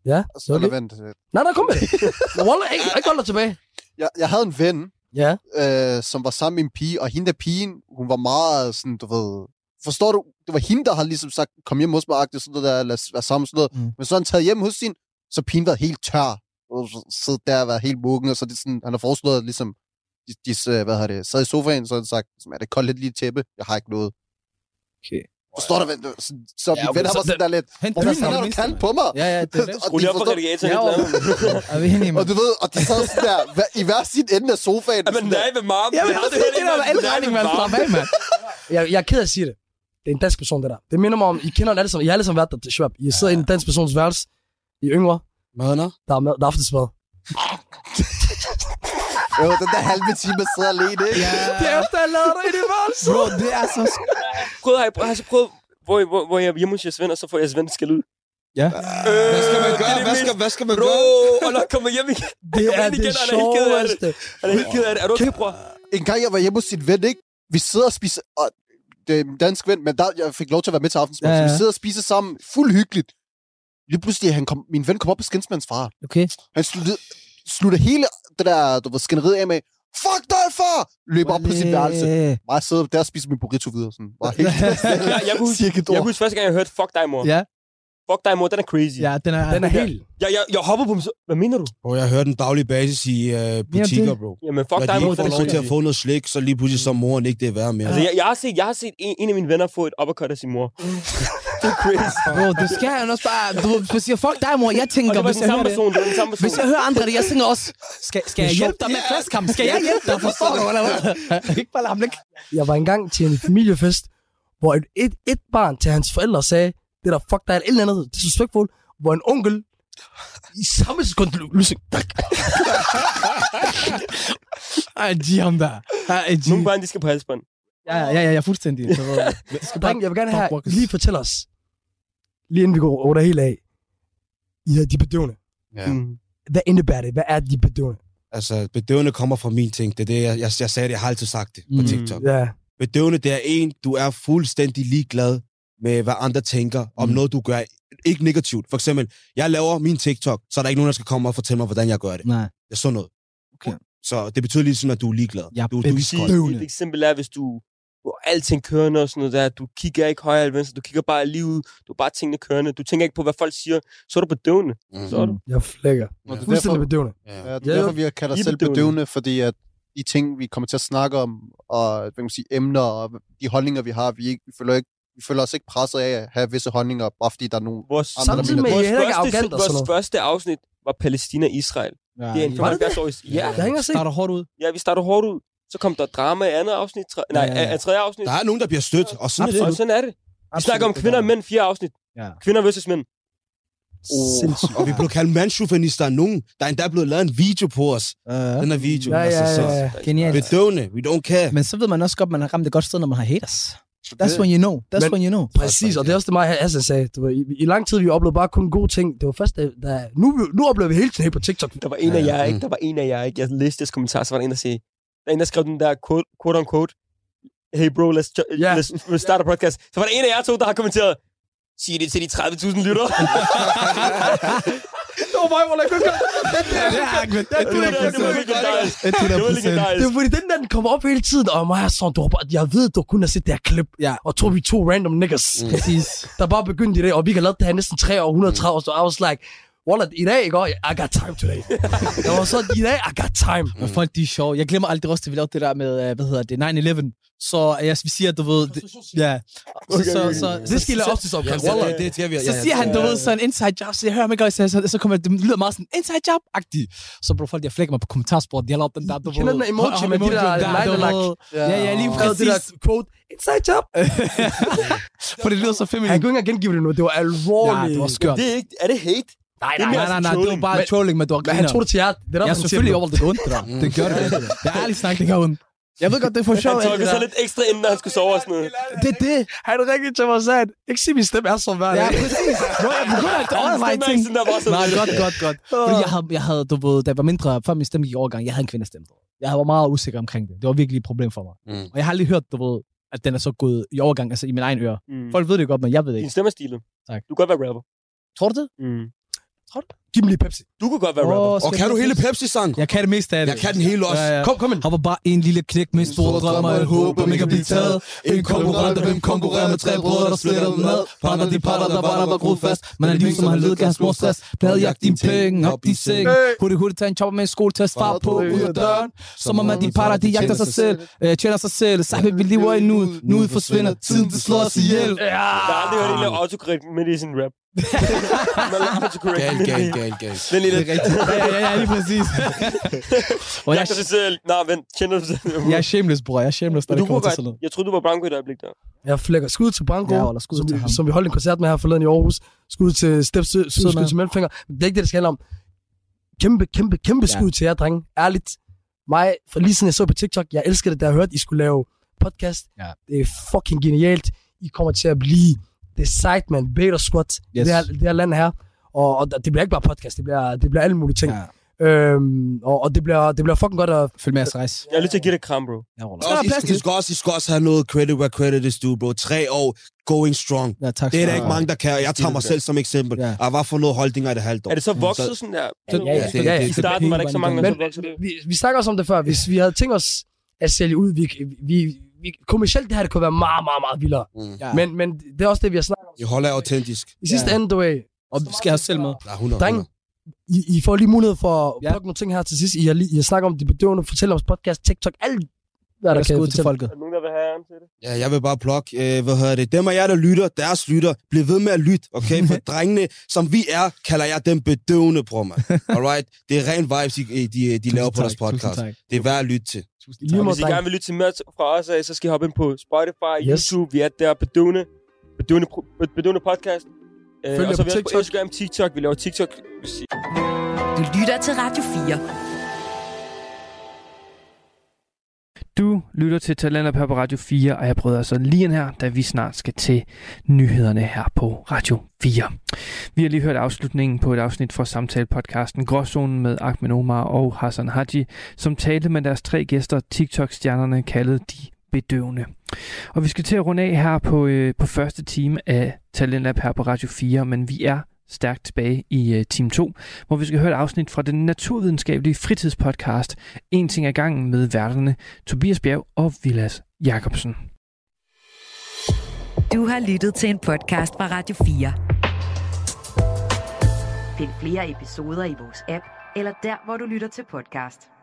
Speaker 5: Ja,
Speaker 8: Altså,
Speaker 5: så er
Speaker 8: eller
Speaker 5: det.
Speaker 8: vent.
Speaker 5: Nej, nej, kom med det. Nå, Wallah, ikke, ikke hold dig tilbage.
Speaker 8: Jeg, jeg havde en ven,
Speaker 5: Ja.
Speaker 8: øh, som var sammen med en pige, og hende der pigen, hun var meget sådan, du ved... Forstår du? Det var hende, der havde ligesom sagt, kom hjem hos mig, agtigt, sådan noget der, lad os være sammen, sådan noget.
Speaker 9: Mm.
Speaker 8: Men så han taget hjem hos sin, så pigen var helt tør. Og så Sidde der og være helt mukken, og så det er sådan, han har foreslået, at ligesom, de, de øh, hvad har det, sad i sofaen, så har han sagt, som, er det koldt lidt lige et tæppe? Jeg har ikke noget.
Speaker 9: Okay.
Speaker 8: Forstår du, hvad du- så, så ja, min ven, han var sådan der lidt,
Speaker 9: Hent
Speaker 8: hvad fanden har du kaldt på mig?
Speaker 9: Ja, ja, det er det.
Speaker 8: Og
Speaker 7: Rul
Speaker 8: de
Speaker 7: lige op på
Speaker 8: forstår-
Speaker 7: radiatoren.
Speaker 9: Ja,
Speaker 7: Ja,
Speaker 9: og- Er vi hende,
Speaker 8: Og
Speaker 9: mand?
Speaker 8: du ved, og de sad sådan der, hver- i hver sin ende af sofaen.
Speaker 7: men
Speaker 8: sådan der.
Speaker 7: nej, med marmen.
Speaker 9: Ja, men det er også det, der var alle regninger, altså. man slap af, mand.
Speaker 5: Jeg, jeg er ked af at sige det. Det er en dansk person, det der. Det minder mig om, I kender den alle sammen. I har alle sammen været der til Schwab. I sidder i en dansk persons værelse. I er yngre,
Speaker 6: Madner?
Speaker 7: Øh,
Speaker 5: der er, med, der er aftensmad.
Speaker 8: Jo, den der halve time, jeg sidder alene, ikke? Ja.
Speaker 5: Det er efter, jeg lavede dig i det værelse.
Speaker 9: Bro, det er så...
Speaker 7: Prøv, har I, har I så prøvet, hvor, hvor, hvor jeg er hjemme hos jeres venner, så får jeres ven skal ud.
Speaker 9: Ja.
Speaker 7: Øh,
Speaker 6: Hvad skal man
Speaker 7: det
Speaker 6: gøre?
Speaker 7: er det
Speaker 6: Hvad
Speaker 7: mest-
Speaker 6: skal, hvad skal man
Speaker 7: Bro,
Speaker 6: gøre?
Speaker 7: og når jeg kommer hjem igen,
Speaker 5: Det
Speaker 7: Kom
Speaker 5: er
Speaker 7: ind
Speaker 5: det
Speaker 7: igen, han er helt ked af det.
Speaker 5: sjoveste.
Speaker 7: han er helt ked af det. Er du okay, bror?
Speaker 8: En gang jeg var hjemme hos sin ven, ikke? Vi sidder og spiser... Og det er en dansk ven, men der, jeg fik lov til at være med til aftensmad.
Speaker 9: Ja,
Speaker 8: Ja, ja. Så vi
Speaker 9: ja.
Speaker 8: sidder og spiser sammen, fuld hyggeligt. Lige pludselig, han kom, min ven kom op og skændes med hans far.
Speaker 9: Okay.
Speaker 8: Han sluttede, sluttede hele det der, du ved, skænderiet af med, fuck dig, far! Løber op på sit værelse. Mig sidder der og spiser min burrito videre, sådan. Bare helt
Speaker 7: Jeg, jeg, kunne, huske-
Speaker 8: cirka et
Speaker 7: jeg
Speaker 8: år.
Speaker 7: kunne huske første gang, jeg hørte Fuck dig, mor.
Speaker 9: Ja.
Speaker 7: Fuck dig, mor, den er crazy.
Speaker 9: Ja, den er...
Speaker 5: Den er helt...
Speaker 7: Jeg, jeg, jeg hoppede på mig. så- Hvad mener du?
Speaker 6: Bro, jeg hører den daglige basis i øh, butikker, bro.
Speaker 7: Jamen, fuck
Speaker 6: Når
Speaker 7: dig,
Speaker 6: de ikke
Speaker 7: mor, den
Speaker 6: får
Speaker 7: er
Speaker 6: lov
Speaker 7: crazy.
Speaker 6: til at få noget slik, så lige pludselig så er moren ikke det er værd mere.
Speaker 7: Altså, jeg, jeg, har set, jeg har set en, en af mine venner få et uppercut af sin mor. det er crazy.
Speaker 9: Bro, det skal han også bare... Du ved, hvis jeg siger, fuck dig, mor, jeg tænker,
Speaker 7: Og det var
Speaker 9: hvis
Speaker 7: den
Speaker 9: jeg
Speaker 7: samme
Speaker 9: hører det...
Speaker 7: person, det var den samme person.
Speaker 9: Hvis jeg hører andre det, jeg tænker også, skal, skal jeg hjælpe dig med klasskamp? Skal jeg hjælpe dig? Forstår du, eller hvad? Ikke bare lamle.
Speaker 5: Jeg var engang til en familiefest, hvor et, et, et barn til hans forældre sagde, det der fuck dig, eller et eller andet, det er disrespectful, hvor en onkel i samme sekund løsning. Tak.
Speaker 9: Ej, de ham der. Ej, de.
Speaker 7: Nogle børn, de skal på halsbånd.
Speaker 9: Ja, ja, ja, ja, fuldstændig. Så,
Speaker 5: Dreng, jeg vil gerne have,
Speaker 9: Fuckbox.
Speaker 5: lige fortæl os, lige inden vi går over det hele af, I havde de bedøvende.
Speaker 6: Ja.
Speaker 5: Mm. Hvad indebærer det? Hvad er de bedøvende?
Speaker 6: Altså, bedøvende kommer fra min ting. Det er det, jeg, jeg, jeg sagde det. Jeg har altid sagt det på
Speaker 9: Mm.
Speaker 6: TikTok.
Speaker 5: Ja.
Speaker 6: Bedøvende, det er en, du er fuldstændig ligeglad med, hvad andre tænker om
Speaker 9: Mm.
Speaker 6: noget, du gør. Ikke negativt. For eksempel, jeg laver min TikTok, så er der ikke nogen, der skal komme og fortælle mig, hvordan jeg gør det.
Speaker 9: Nej,
Speaker 6: Det er sådan noget.
Speaker 9: Mm. Okay.
Speaker 6: Så det betyder ligesom, at du er ligeglad.
Speaker 9: jeg
Speaker 6: du,
Speaker 9: er
Speaker 6: du er
Speaker 9: bedøvende.
Speaker 6: iskold.
Speaker 7: Et eksempel er, hvis du hvor alting kørende og sådan noget der. Du kigger ikke højre eller venstre. Du kigger bare lige ud. Du er bare tingene kørende. Du tænker ikke på, hvad folk siger. Så er du på døvende.
Speaker 6: Mm.
Speaker 7: Så er du.
Speaker 5: Jeg flækker.
Speaker 8: Og det er
Speaker 5: Fuldstændig
Speaker 8: Altså, derfor,
Speaker 5: bedøvende.
Speaker 6: Ja.
Speaker 8: ja, Øh, det er derfor, vi har kaldt os
Speaker 7: I er
Speaker 8: selv
Speaker 7: bedøvende.
Speaker 8: bedøvende, fordi at de ting, vi kommer til at snakke om, og hvad kan man sige, emner og de holdninger, vi har, vi, ikke, vi, føler ikke, vi føler os ikke presset af at have visse holdninger, bare fordi der er nogen...
Speaker 7: Vores,
Speaker 8: Andre
Speaker 5: Samtidig med, at I er
Speaker 7: vores,
Speaker 5: heller ikke
Speaker 7: første,
Speaker 5: arrogant og sådan
Speaker 7: vores
Speaker 5: noget.
Speaker 7: første afsnit var Palæstina-Israel.
Speaker 9: Ja,
Speaker 7: Det er en
Speaker 9: I-
Speaker 5: Var det
Speaker 7: 75 år. Ja,
Speaker 5: Jeg har ikke engang set.
Speaker 9: starter hårdt ud.
Speaker 7: ja, vi starter hårdt ud. Så kom der drama i andet afsnit. Tre, nej,
Speaker 9: Ja, ja, ja.
Speaker 7: af- af tredje afsnit.
Speaker 6: Der er nogen, der bliver stødt, og sådan er
Speaker 7: Og
Speaker 6: det.
Speaker 7: sådan er det. Vi snakker om kvinder og mænd, fire afsnit.
Speaker 9: Ja.
Speaker 7: Kvinder versus mænd.
Speaker 9: Oh.
Speaker 5: Sindssygt.
Speaker 6: Og vi blev kaldt mandschauvinister af nogen. Der er endda blevet lavet en video på os.
Speaker 9: Uh,
Speaker 6: Den her video.
Speaker 5: Ja, ja,
Speaker 6: altså, så-
Speaker 5: ja, ja.
Speaker 9: genialt.
Speaker 6: Bedøvende. We don't care.
Speaker 9: Men så ved man også godt, at man har ramt et godt sted, når man har haters. That's when you know. That's
Speaker 5: Men-
Speaker 9: when you know.
Speaker 5: Præcis, og det er også det, mig og Hassan sagde. Du ved, i, I, lang tid, vi oplevede bare kun gode ting. Det var først, da, da nu, nu oplever vi hele tiden på TikTok.
Speaker 7: Der var en af
Speaker 6: Ja,
Speaker 7: jer,
Speaker 6: mm.
Speaker 7: ikke? Der var en af jer, ikke? Jeg læste deres kommentar, så var der en, der sagde... Der er en, der skrev den der quote, quote on quote. Hey bro, let's, jo-
Speaker 5: Ja.
Speaker 7: let's start a podcast. Så var der en af jer to, der har kommenteret... Sig det til de 30.000 lyttere.
Speaker 5: Det var mig, hvor jeg kunne gøre det. der-
Speaker 9: Ja, Ahmed, det er
Speaker 7: det, var, det, var, det var legendarisk. Det var
Speaker 9: 100%.
Speaker 5: Det er
Speaker 7: legendarisk.
Speaker 5: fordi, den der den kommer op hele tiden, og mig er sådan, du har bare, jeg ved, du kun har set det her klip,
Speaker 9: Ja.
Speaker 5: og tror vi er to random niggas,
Speaker 6: Mm.
Speaker 9: Præcis.
Speaker 5: der bare begyndte i dag, og vi har lavet det her næsten 3 år, 130 år, så I was like, Wallet, i dag, ikke? Og I got time today. jeg var sådan, i dag, I got time.
Speaker 9: Men folk, de er sjove. Jeg glemmer aldrig også, da vi lavede det der med, øh, hvad hedder det, 9-11. Så øh, jeg, vi siger, du ved... Det, ja. Så, så, så,
Speaker 5: Det skal I lade op til
Speaker 6: Ja,
Speaker 5: opkast.
Speaker 6: det-
Speaker 5: Wallet,
Speaker 6: det- det- ja,
Speaker 9: Så
Speaker 6: ja,
Speaker 9: siger han,
Speaker 6: ja.
Speaker 9: du ved, sådan inside job, så jeg hører mig ikke, og så, så, så kommer det, det lyder meget sådan inside job-agtigt. Så bro, folk, jeg flækker mig på kommentarsporet, de har lavet den der, du
Speaker 5: Kender den emoji
Speaker 9: hånd- hånd-
Speaker 5: med de
Speaker 9: emoji
Speaker 5: der
Speaker 9: du
Speaker 5: lighter-lak?
Speaker 9: ved. Ja, ja, lige
Speaker 5: Lavede det der
Speaker 9: præcis.
Speaker 5: quote, inside job.
Speaker 9: For det lyder så
Speaker 5: Han
Speaker 9: feminint.
Speaker 5: kunne ikke engang gengive det nu, det var
Speaker 9: Ja,
Speaker 5: alvorligt.
Speaker 9: det var skørt.
Speaker 7: Det er, ikke, er det hate?
Speaker 5: nej,
Speaker 7: det er
Speaker 5: nej,
Speaker 7: mere
Speaker 9: Nej, nej, nej, det var bare
Speaker 5: Men-
Speaker 9: trolling, men du har
Speaker 5: Men han tog det til jer. Det er
Speaker 9: Jeg
Speaker 5: derfor,
Speaker 9: er
Speaker 5: han siger
Speaker 9: selvfølgelig
Speaker 5: det.
Speaker 9: over, det går ondt til dig. Det gør det. Jeg er ærlig snak, det gør ondt. Jeg ved godt, det er for sjovt.
Speaker 7: Han
Speaker 9: alt det
Speaker 7: tolkede sig
Speaker 9: der.
Speaker 7: lidt ekstra, inden han skulle sove og sådan noget.
Speaker 9: Det er det.
Speaker 5: Han ringede til mig og sagde, at ikke sige, min stemme er så værd.
Speaker 9: Ja, præcis. Bro, jeg begynder at overveje ting.
Speaker 7: Stemmeaksen der var sådan
Speaker 9: Nej,
Speaker 7: lidt.
Speaker 9: godt, godt, godt. Fordi jeg havde, jeg havde, du ved, da jeg var mindre, før min stemme gik i overgang, jeg havde en kvindestemme. Jeg var meget usikker omkring det. Det var virkelig et problem for mig.
Speaker 6: Mm.
Speaker 9: Og jeg har aldrig hørt, du ved, at den er så gået i overgang, altså i min egen øre.
Speaker 7: Mm.
Speaker 9: Folk ved det godt, men jeg ved det
Speaker 7: Din
Speaker 9: ikke.
Speaker 7: stemme er stilet.
Speaker 9: Tak.
Speaker 7: Du kan godt være rapper.
Speaker 9: Tror du det?
Speaker 7: Mm.
Speaker 5: Giv dem lige Pepsi.
Speaker 7: Du kunne godt være rapper.
Speaker 9: Åh,
Speaker 6: Og
Speaker 9: skal
Speaker 6: kan
Speaker 9: jeg-
Speaker 6: du hele Pepsi-sang?
Speaker 9: Jeg kan det meste af det.
Speaker 6: Jeg kan den hele også.
Speaker 9: Ja, ja.
Speaker 5: Kom, kom ind.
Speaker 9: Han var bare en lille knæk med store drømmer Jeg håber, man kan blive taget En konkurrent, der vil konkurrere med tre brødre, der splitter dem ad Parter, de parter, der var der var groet fast Man er liv, som han led, kan hans mor stress Pladejagt dine penge, op din seng Hurtigt, hurtigt, tag en chopper med en skoletest Far på, ud af døren Som om, at de parter, de jagter sig selv øh, Tjener sig selv, sahbe, vi lever endnu Nu forsvinder tiden, det slår os ihjel
Speaker 7: Jeg har aldrig hørt en lave autocorrect midt i sin rap. Man laver autocorrect
Speaker 6: Gal,
Speaker 7: midt i.
Speaker 6: gal, gal, gal.
Speaker 7: Den lille...
Speaker 9: Ja, ja, ja, lige præcis Og
Speaker 7: Jeg
Speaker 9: jeg,
Speaker 7: kan selv. Nej, vent. Kender du sig selv?
Speaker 9: jeg er shameless, bror, jeg er shameless, når
Speaker 7: Men du
Speaker 9: det
Speaker 7: kunne
Speaker 9: kommer til
Speaker 7: godt.
Speaker 9: sådan noget
Speaker 7: Jeg troede, du var blanco i et øjeblik der.
Speaker 5: Jeg flækker skud til Branko,
Speaker 9: Ja, Ola, skud
Speaker 5: som,
Speaker 9: til
Speaker 5: vi-
Speaker 9: ham.
Speaker 5: som vi holdt en koncert med her forleden i Aarhus. Skud til Steps, skud, skud
Speaker 9: mand.
Speaker 5: til Mellemfinger. Men Det er ikke det, det skal handle om. Kæmpe, kæmpe, kæmpe
Speaker 9: Ja.
Speaker 5: skud til jer, drenge. Ærligt. Mig, for lige siden jeg så på TikTok, jeg elsker det, da jeg hørte, I skulle lave podcast.
Speaker 9: Ja.
Speaker 5: Det er fucking genialt. I kommer til at blive det sejt, man. Beta squat. Yes.
Speaker 9: Yes.
Speaker 5: Det, her, det her land her. Og, og det bliver ikke bare podcast, det bliver, det bliver alle mulige ting. Ja. Øhm, og, og det, bliver, det bliver fucking godt at...
Speaker 9: Følg med jeres rejse
Speaker 7: Jeg er nødt til at give dig et kram, bro.
Speaker 9: Jeg ruller.
Speaker 6: Også, I, I, skal også, I skal også have noget credit where credit is due, bro. Tre år, going strong.
Speaker 9: Ja, tak
Speaker 6: Det
Speaker 9: skal
Speaker 6: er der
Speaker 9: du
Speaker 6: ikke
Speaker 9: have.
Speaker 6: mange, der kan. Jeg tager mig selv som eksempel.
Speaker 9: Ja.
Speaker 6: Jeg var for noget holdninger i det halvt år.
Speaker 7: Er det så vokset sådan der? Altså,
Speaker 5: ja,
Speaker 6: det-
Speaker 5: ja, ja.
Speaker 7: I starten var der ikke så mange, der så
Speaker 5: Men
Speaker 7: voksede det.
Speaker 5: vi, vi snakker også om det før. Hvis vi havde tænkt os at sælge ud, vi, vi, vi, kommercielt det her, det kunne være meget, meget, meget vildere.
Speaker 6: Mm.
Speaker 9: Ja.
Speaker 5: Men, men det er også det, vi har snakket om.
Speaker 6: I holder autentisk.
Speaker 5: I sidste ende, du er,
Speaker 9: Og vi skal have os selv med.
Speaker 6: Der er 100.
Speaker 5: dreng,
Speaker 6: 100.
Speaker 5: I, I får lige mulighed for at
Speaker 9: Ja.
Speaker 5: plukke nogle ting her til sidst. I har, lige, I har snakket om de bedøvende, fortæller om podcast, TikTok, alt Hvad er der, kan
Speaker 9: Skud
Speaker 5: jeg
Speaker 9: til
Speaker 5: fortælle?
Speaker 9: folket.
Speaker 7: der nogen, der vil have ham til det?
Speaker 6: Ja, jeg vil bare plukke, øh, hvad hedder det, dem af jer, der lytter, deres lytter, bliv ved med at lytte, okay? For drengene, som vi er, kalder jeg dem bedøvende, bror, mand. Alright? Det er ren vibes, de, de, de laver på deres podcast. Det er værd at lytte til.
Speaker 5: Lige
Speaker 7: Og
Speaker 5: måde,
Speaker 7: hvis I
Speaker 5: dreng.
Speaker 7: gerne vil lytte til mere fra os, af, så skal I hoppe ind på Spotify, yes.
Speaker 5: Yes.
Speaker 7: YouTube. Vi er der bedøvende, bedøvende, pro- bedøvende podcast. Øh,
Speaker 5: Følg
Speaker 7: og så
Speaker 5: jer
Speaker 7: er vi
Speaker 5: på
Speaker 7: også
Speaker 5: TikTok.
Speaker 7: på Instagram, TikTok. Vi laver TikTok. Hvis I-
Speaker 2: Du lytter til Radio 4.
Speaker 3: Du lytter til Talentet her på Radio 4, og jeg bryder altså lige ind her, da vi snart skal til nyhederne her på Radio 4. Vi har lige hørt afslutningen på et afsnit fra samtalepodcasten Gråzonen med Ahmed Omar og Hassan Haji, som talte med deres tre gæster, TikTok-stjernerne kaldet De Bedøvende. Og vi skal til at runde af her på, øh, på første time af Talentlab her på Radio 4, men vi er stærkt tilbage i øh, time 2, hvor vi skal høre et afsnit fra den naturvidenskabelige fritidspodcast En ting ad gangen med værterne Tobias Bjerg og Vilas Jakobsen.
Speaker 2: Du har lyttet til en podcast fra Radio 4. Find flere episoder i vores app, eller der, hvor du lytter til podcast.